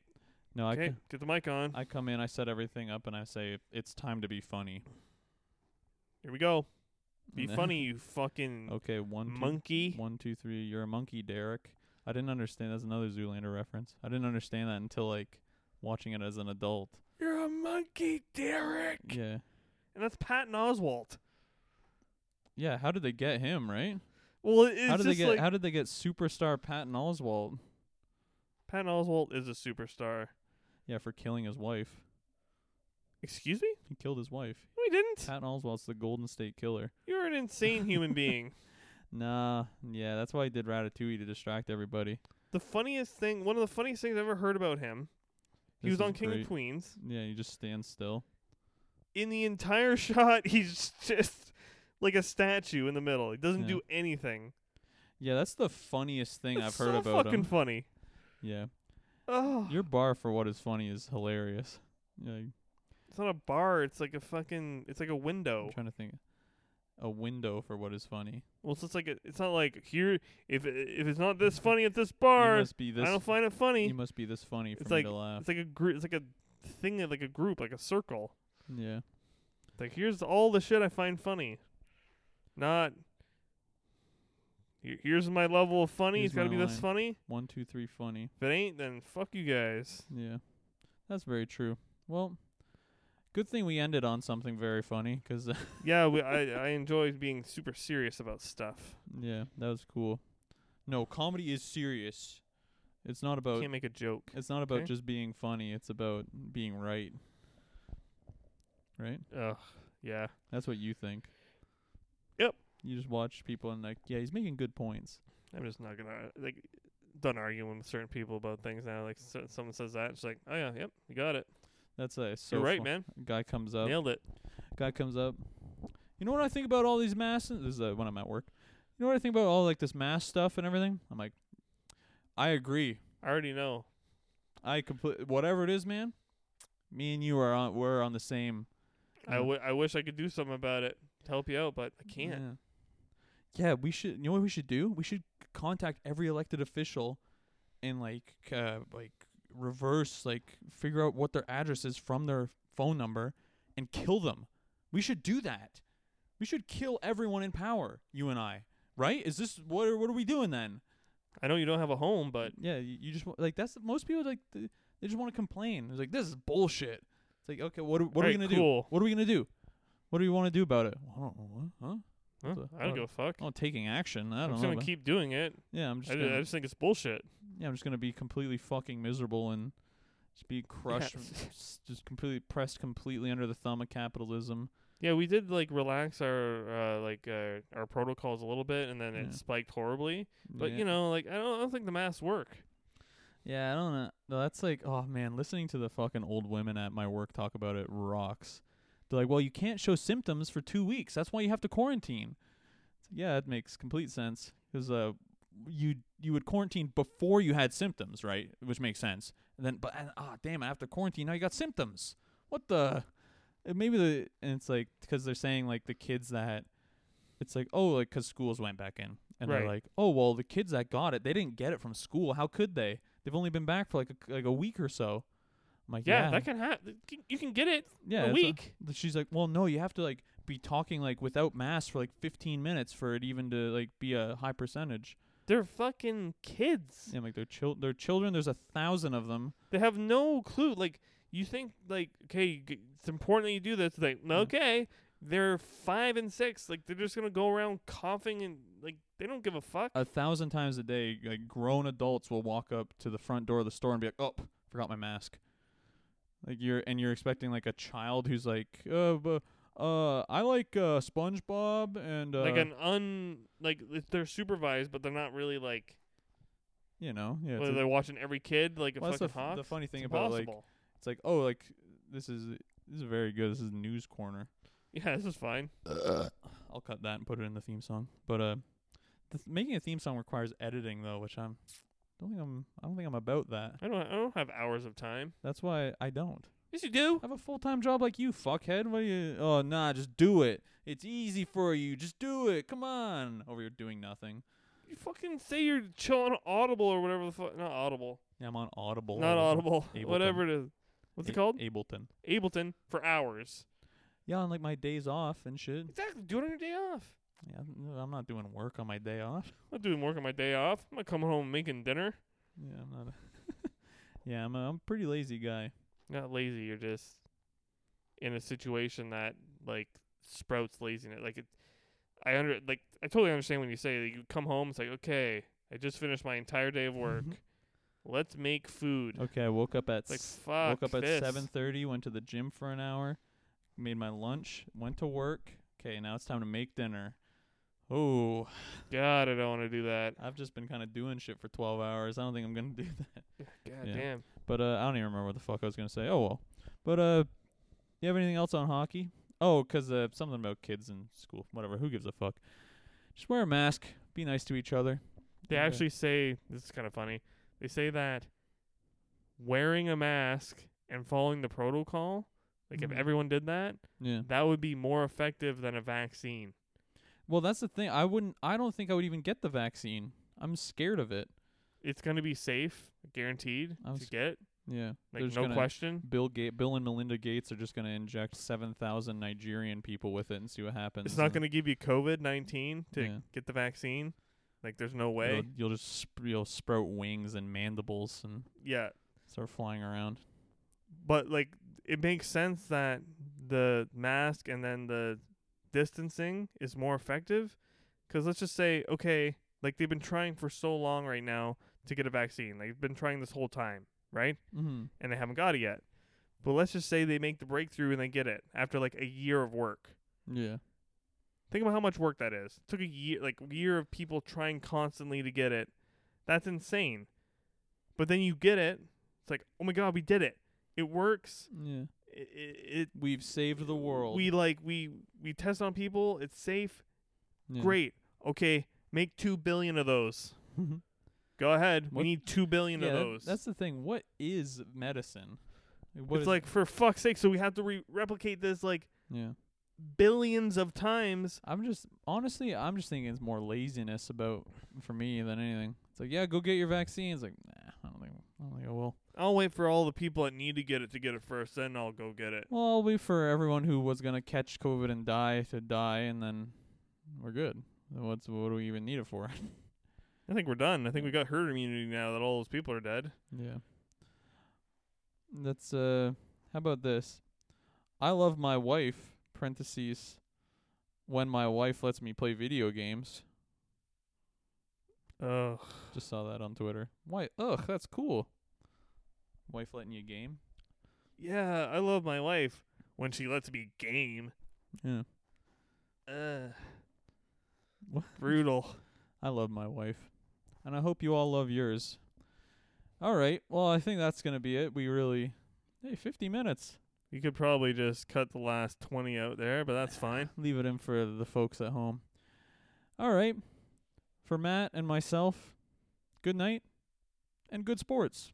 Speaker 1: No, I
Speaker 2: okay,
Speaker 1: c-
Speaker 2: get the mic on.
Speaker 1: I come in, I set everything up and I say it's time to be funny.
Speaker 2: Here we go. Be
Speaker 1: And then-
Speaker 2: funny, you fucking
Speaker 1: Okay, one two-
Speaker 2: monkey.
Speaker 1: One, two, three. You're a monkey, Derek. I didn't understand. That's another Zoolander reference. I didn't understand that until like watching it as an adult.
Speaker 2: You're a monkey, Derek.
Speaker 1: Yeah.
Speaker 2: And that's Patton Oswalt.
Speaker 1: Yeah. How did they get him? Right.
Speaker 2: Well, it's
Speaker 1: how did they
Speaker 2: just
Speaker 1: get?
Speaker 2: like
Speaker 1: how did they get superstar Patton Oswalt?
Speaker 2: Patton Oswalt is a superstar.
Speaker 1: Yeah, for killing his wife.
Speaker 2: Excuse me?
Speaker 1: He killed his wife.
Speaker 2: No, he didn't.
Speaker 1: Patton Oswalt's the Golden State Killer.
Speaker 2: You're an insane human being.
Speaker 1: Nah. Yeah, that's why he did Ratatouille to distract everybody.
Speaker 2: The funniest thing, one of the funniest things I've ever heard about him, he
Speaker 1: This
Speaker 2: was on
Speaker 1: is
Speaker 2: King
Speaker 1: great.
Speaker 2: of Queens.
Speaker 1: Yeah, he just stands still.
Speaker 2: In the entire shot, he's just like a statue in the middle. He doesn't
Speaker 1: Yeah.
Speaker 2: do anything.
Speaker 1: Yeah, that's the funniest thing
Speaker 2: It's
Speaker 1: I've heard
Speaker 2: so
Speaker 1: about
Speaker 2: fucking
Speaker 1: him.
Speaker 2: funny.
Speaker 1: Yeah,
Speaker 2: Oh,
Speaker 1: your bar for what is funny is hilarious. Yeah,
Speaker 2: it's not a bar. It's like a fucking. It's like a window.
Speaker 1: I'm trying to think. A window for what is funny.
Speaker 2: Well, it's just like a, it's not like here. If if it's not this funny at this
Speaker 1: You
Speaker 2: bar,
Speaker 1: must be this.
Speaker 2: I don't find it funny.
Speaker 1: you must be this funny for
Speaker 2: It's
Speaker 1: me
Speaker 2: like-
Speaker 1: to laugh.
Speaker 2: It's like a group. It's like a thing. Like a group. Like a circle.
Speaker 1: Yeah.
Speaker 2: Like here's all the shit I find funny. Not "Here- here's my level of funny.
Speaker 1: Here's
Speaker 2: it's got to
Speaker 1: my
Speaker 2: be this
Speaker 1: line.
Speaker 2: funny.
Speaker 1: One, two, three, funny.
Speaker 2: If it ain't, then fuck you guys.
Speaker 1: Yeah, that's very true. Well, good thing we ended on something very funny, 'cause uh,
Speaker 2: Yeah, we, I I enjoy being super serious about stuff.
Speaker 1: yeah, that was cool. No, comedy is serious. It's not about.
Speaker 2: Can't make a joke.
Speaker 1: It's not about
Speaker 2: okay.
Speaker 1: just being funny. It's about being right. Right.
Speaker 2: Ugh. Yeah.
Speaker 1: That's what you think.
Speaker 2: Yep.
Speaker 1: You just watch people and like, yeah, he's making good points.
Speaker 2: I'm just not gonna like. Done arguing with certain people about things now. Like so, someone says that, it's like, oh yeah, yep, you got it.
Speaker 1: That's a so
Speaker 2: You're right,
Speaker 1: fu-
Speaker 2: man.
Speaker 1: Guy comes up.
Speaker 2: Nailed it.
Speaker 1: Guy comes up. You know what I think about all these masks? This is uh, when I'm at work. You know what I think about all like this mass stuff and everything? I'm like, I agree.
Speaker 2: I already know.
Speaker 1: I complete whatever it is, man. Me and you are on. We're on the same.
Speaker 2: I,
Speaker 1: Mm.
Speaker 2: w- I wish I could do something about it to help you out, but I can't.
Speaker 1: Yeah. Yeah, we should. You know what we should do? We should contact every elected official, and like, c- uh, like reverse, like figure out what their address is from their phone number, and kill them. We should do that. We should kill everyone in power. You and I, right? Is this what? Are, what are we doing then?
Speaker 2: I know you don't have a home, but
Speaker 1: yeah, you, you just wa- like that's most people like th- they just want to complain. It's like this is bullshit. It's like okay, what are- what are we
Speaker 2: Alright,
Speaker 1: gonna
Speaker 2: cool.
Speaker 1: do? What are we gonna do? What do we want to do about it? I don't know. Huh?
Speaker 2: Huh?
Speaker 1: What the-
Speaker 2: I don't
Speaker 1: what-
Speaker 2: give a fuck.
Speaker 1: Oh, taking action.
Speaker 2: I'm
Speaker 1: I don't
Speaker 2: just
Speaker 1: know.
Speaker 2: gonna
Speaker 1: about-
Speaker 2: keep doing it.
Speaker 1: yeah, I'm just
Speaker 2: I,
Speaker 1: gonna,
Speaker 2: ju- I just think it's bullshit.
Speaker 1: yeah, I'm just gonna be completely fucking miserable and just be crushed,
Speaker 2: Yeah.
Speaker 1: s- just completely pressed completely under the thumb of capitalism.
Speaker 2: Yeah, we did like relax our uh, like uh, our protocols a little bit, and then it
Speaker 1: Yeah.
Speaker 2: spiked horribly. But
Speaker 1: yeah.
Speaker 2: you know, like I don't, I don't think the masks work.
Speaker 1: yeah, I don't know. No, that's like, oh man, listening to the fucking old women at my work talk about it rocks. They're like, well, you can't show symptoms for two weeks. That's why you have to quarantine. It's like, yeah, that makes complete sense because uh, you you would quarantine before you had symptoms, right? Which makes sense. And then, but and, ah, damn, after quarantine, now you got symptoms. What the? And maybe the and it's like because they're saying like the kids that it's like oh like because schools went back in and
Speaker 2: Right.
Speaker 1: they're like oh well the kids that got it they didn't get it from school how could they they've only been back for like a, like a week or so I'm like
Speaker 2: Yeah,
Speaker 1: yeah
Speaker 2: that can happen. You can get it
Speaker 1: yeah
Speaker 2: a
Speaker 1: it's
Speaker 2: week.
Speaker 1: Th- she's like, well, no, you have to like be talking like without masks for like 15 minutes for it even to like be a high percentage.
Speaker 2: They're fucking kids.
Speaker 1: And like their chil- their children, there's a thousand of them.
Speaker 2: They have no clue. Like you think like okay, g- it's important that you do this. Like
Speaker 1: Yeah.
Speaker 2: okay, they're five and six. Like they're just gonna go around coughing and like they don't give a fuck.
Speaker 1: A thousand times a day, like grown adults will walk up to the front door of the store and be like, oh, forgot my mask. Like you're and you're expecting like a child who's like, uh, bu- uh, I like uh SpongeBob and uh,
Speaker 2: like an un like if they're supervised, but they're not really like
Speaker 1: you know, yeah. it's
Speaker 2: whether
Speaker 1: a-
Speaker 2: they're watching every kid like a
Speaker 1: well, that's
Speaker 2: fucking
Speaker 1: the,
Speaker 2: hawk.
Speaker 1: f- the funny thing
Speaker 2: it's
Speaker 1: about like
Speaker 2: impossible.
Speaker 1: it's like oh like this is this is very good. This is news corner.
Speaker 2: yeah, this is fine.
Speaker 1: I'll cut that and put it in the theme song. But uh, th- making a theme song requires editing though, which I'm don't think I'm I don't think I'm about that.
Speaker 2: I don't. I don't have hours of time.
Speaker 1: That's why I don't.
Speaker 2: Yes, you do.
Speaker 1: I have a full time job like you, fuckhead. What are you? Oh nah, just do it. It's easy for you. Just do it. Come on. Over here doing nothing.
Speaker 2: You fucking say you're chilling Audible or whatever the fuck. Not Audible.
Speaker 1: Yeah, I'm on Audible.
Speaker 2: Not Audible.
Speaker 1: Ableton.
Speaker 2: Whatever it is. What's it called?
Speaker 1: Ableton.
Speaker 2: Ableton for hours.
Speaker 1: Yeah, on like my days off and shit.
Speaker 2: Exactly. Do it on your day off.
Speaker 1: Yeah, I'm- I'm not doing work on my day off.
Speaker 2: I'm not doing work on my day off. I'm not coming home making dinner.
Speaker 1: Yeah, I'm not. a- yeah, I'm a, I'm a pretty lazy guy.
Speaker 2: Not lazy. You're just in a situation that like sprouts laziness. Like it. I under like I totally understand when you say that you come home. It's like okay, I just finished my entire day of work. Let's make food.
Speaker 1: Okay, I woke up at
Speaker 2: It's like
Speaker 1: s-
Speaker 2: fuck.
Speaker 1: woke up at
Speaker 2: this.
Speaker 1: seven thirty, went to the gym for an hour, made my lunch, went to work. Okay, now it's time to make dinner. Oh,
Speaker 2: God, I don't want to do that.
Speaker 1: I've just been kind of doing shit for twelve hours. I don't think I'm gonna do that.
Speaker 2: God
Speaker 1: Yeah.
Speaker 2: damn.
Speaker 1: But uh, I don't even remember what the fuck I was gonna say. Oh well. But uh, you have anything else on hockey? Oh, 'cause uh, something about kids in school. Whatever. Who gives a fuck? Just wear a mask. Be nice to each other.
Speaker 2: They
Speaker 1: Yeah.
Speaker 2: actually say this is kind of funny. They say that wearing a mask and following the protocol, like
Speaker 1: Mhm.
Speaker 2: if everyone did that,
Speaker 1: Yeah.
Speaker 2: that would be more effective than a vaccine.
Speaker 1: Well, that's the thing. I wouldn't. I don't think I would even get the vaccine. I'm scared of it.
Speaker 2: It's going to be safe, guaranteed
Speaker 1: I was-
Speaker 2: to get.
Speaker 1: Yeah.
Speaker 2: Like
Speaker 1: They're just
Speaker 2: no
Speaker 1: gonna-
Speaker 2: question.
Speaker 1: Bill Ga- Bill and Melinda Gates are just going to inject 7,000 Nigerian people with it and see what happens.
Speaker 2: It's not
Speaker 1: and
Speaker 2: going to give you COVID nineteen to
Speaker 1: Yeah.
Speaker 2: get the vaccine. Like there's no way.
Speaker 1: You'll, you'll just sp- you'll sprout wings and mandibles and
Speaker 2: Yeah,
Speaker 1: start flying around.
Speaker 2: but like it makes sense that the mask and then the distancing is more effective because let's just say okay like they've been trying for so long right now to get a vaccine they've been trying this whole time right
Speaker 1: Mm-hmm.
Speaker 2: and they haven't got it yet but let's just say they make the breakthrough and they get it after like a year of work
Speaker 1: Yeah.
Speaker 2: think about how much work that is took a year like year of people trying constantly to get it that's insane but then you get it it's like oh my god we did it it works
Speaker 1: Yeah.
Speaker 2: it, it
Speaker 1: We've saved the world.
Speaker 2: we like we we test on people. It's safe.
Speaker 1: Yeah.
Speaker 2: Great. Okay, make two billion of those. Go ahead. We
Speaker 1: What-
Speaker 2: need two billion
Speaker 1: Yeah,
Speaker 2: of
Speaker 1: that-
Speaker 2: those.
Speaker 1: that's the thing. What is medicine? What
Speaker 2: it's
Speaker 1: is-
Speaker 2: like for fuck's sake. So we have to re- replicate this like
Speaker 1: yeah.
Speaker 2: billions of times.
Speaker 1: I'm just honestly, I'm just thinking it's more laziness about for me than anything. It's like, yeah, go get your vaccine. It's like, nah, I don't think, I don't think I will.
Speaker 2: I'll wait for all the people that need to get it to get it first. Then I'll go get it.
Speaker 1: Well, I'll wait for everyone who was gonna catch COVID and die to die, and then we're good. Then What's what do we even need it for?
Speaker 2: I think we're done. I think we got herd immunity now that all those people are dead.
Speaker 1: yeah. That's uh. How about this? I love my wife. Parentheses. When my wife lets me play video games.
Speaker 2: Ugh.
Speaker 1: Just saw that on Twitter. Why? Ugh, that's cool. Wife letting you game.
Speaker 2: Yeah, I love my wife when she lets me game.
Speaker 1: Yeah.
Speaker 2: Ugh.
Speaker 1: What?
Speaker 2: Brutal.
Speaker 1: I love my wife. And I hope you all love yours. All right. Well, I think that's going to be it. We really. Hey, 50 minutes.
Speaker 2: You could probably just cut the last 20 out there, but that's fine.
Speaker 1: Leave it in for the folks at home. All right. For Matt and myself, good night and good sports.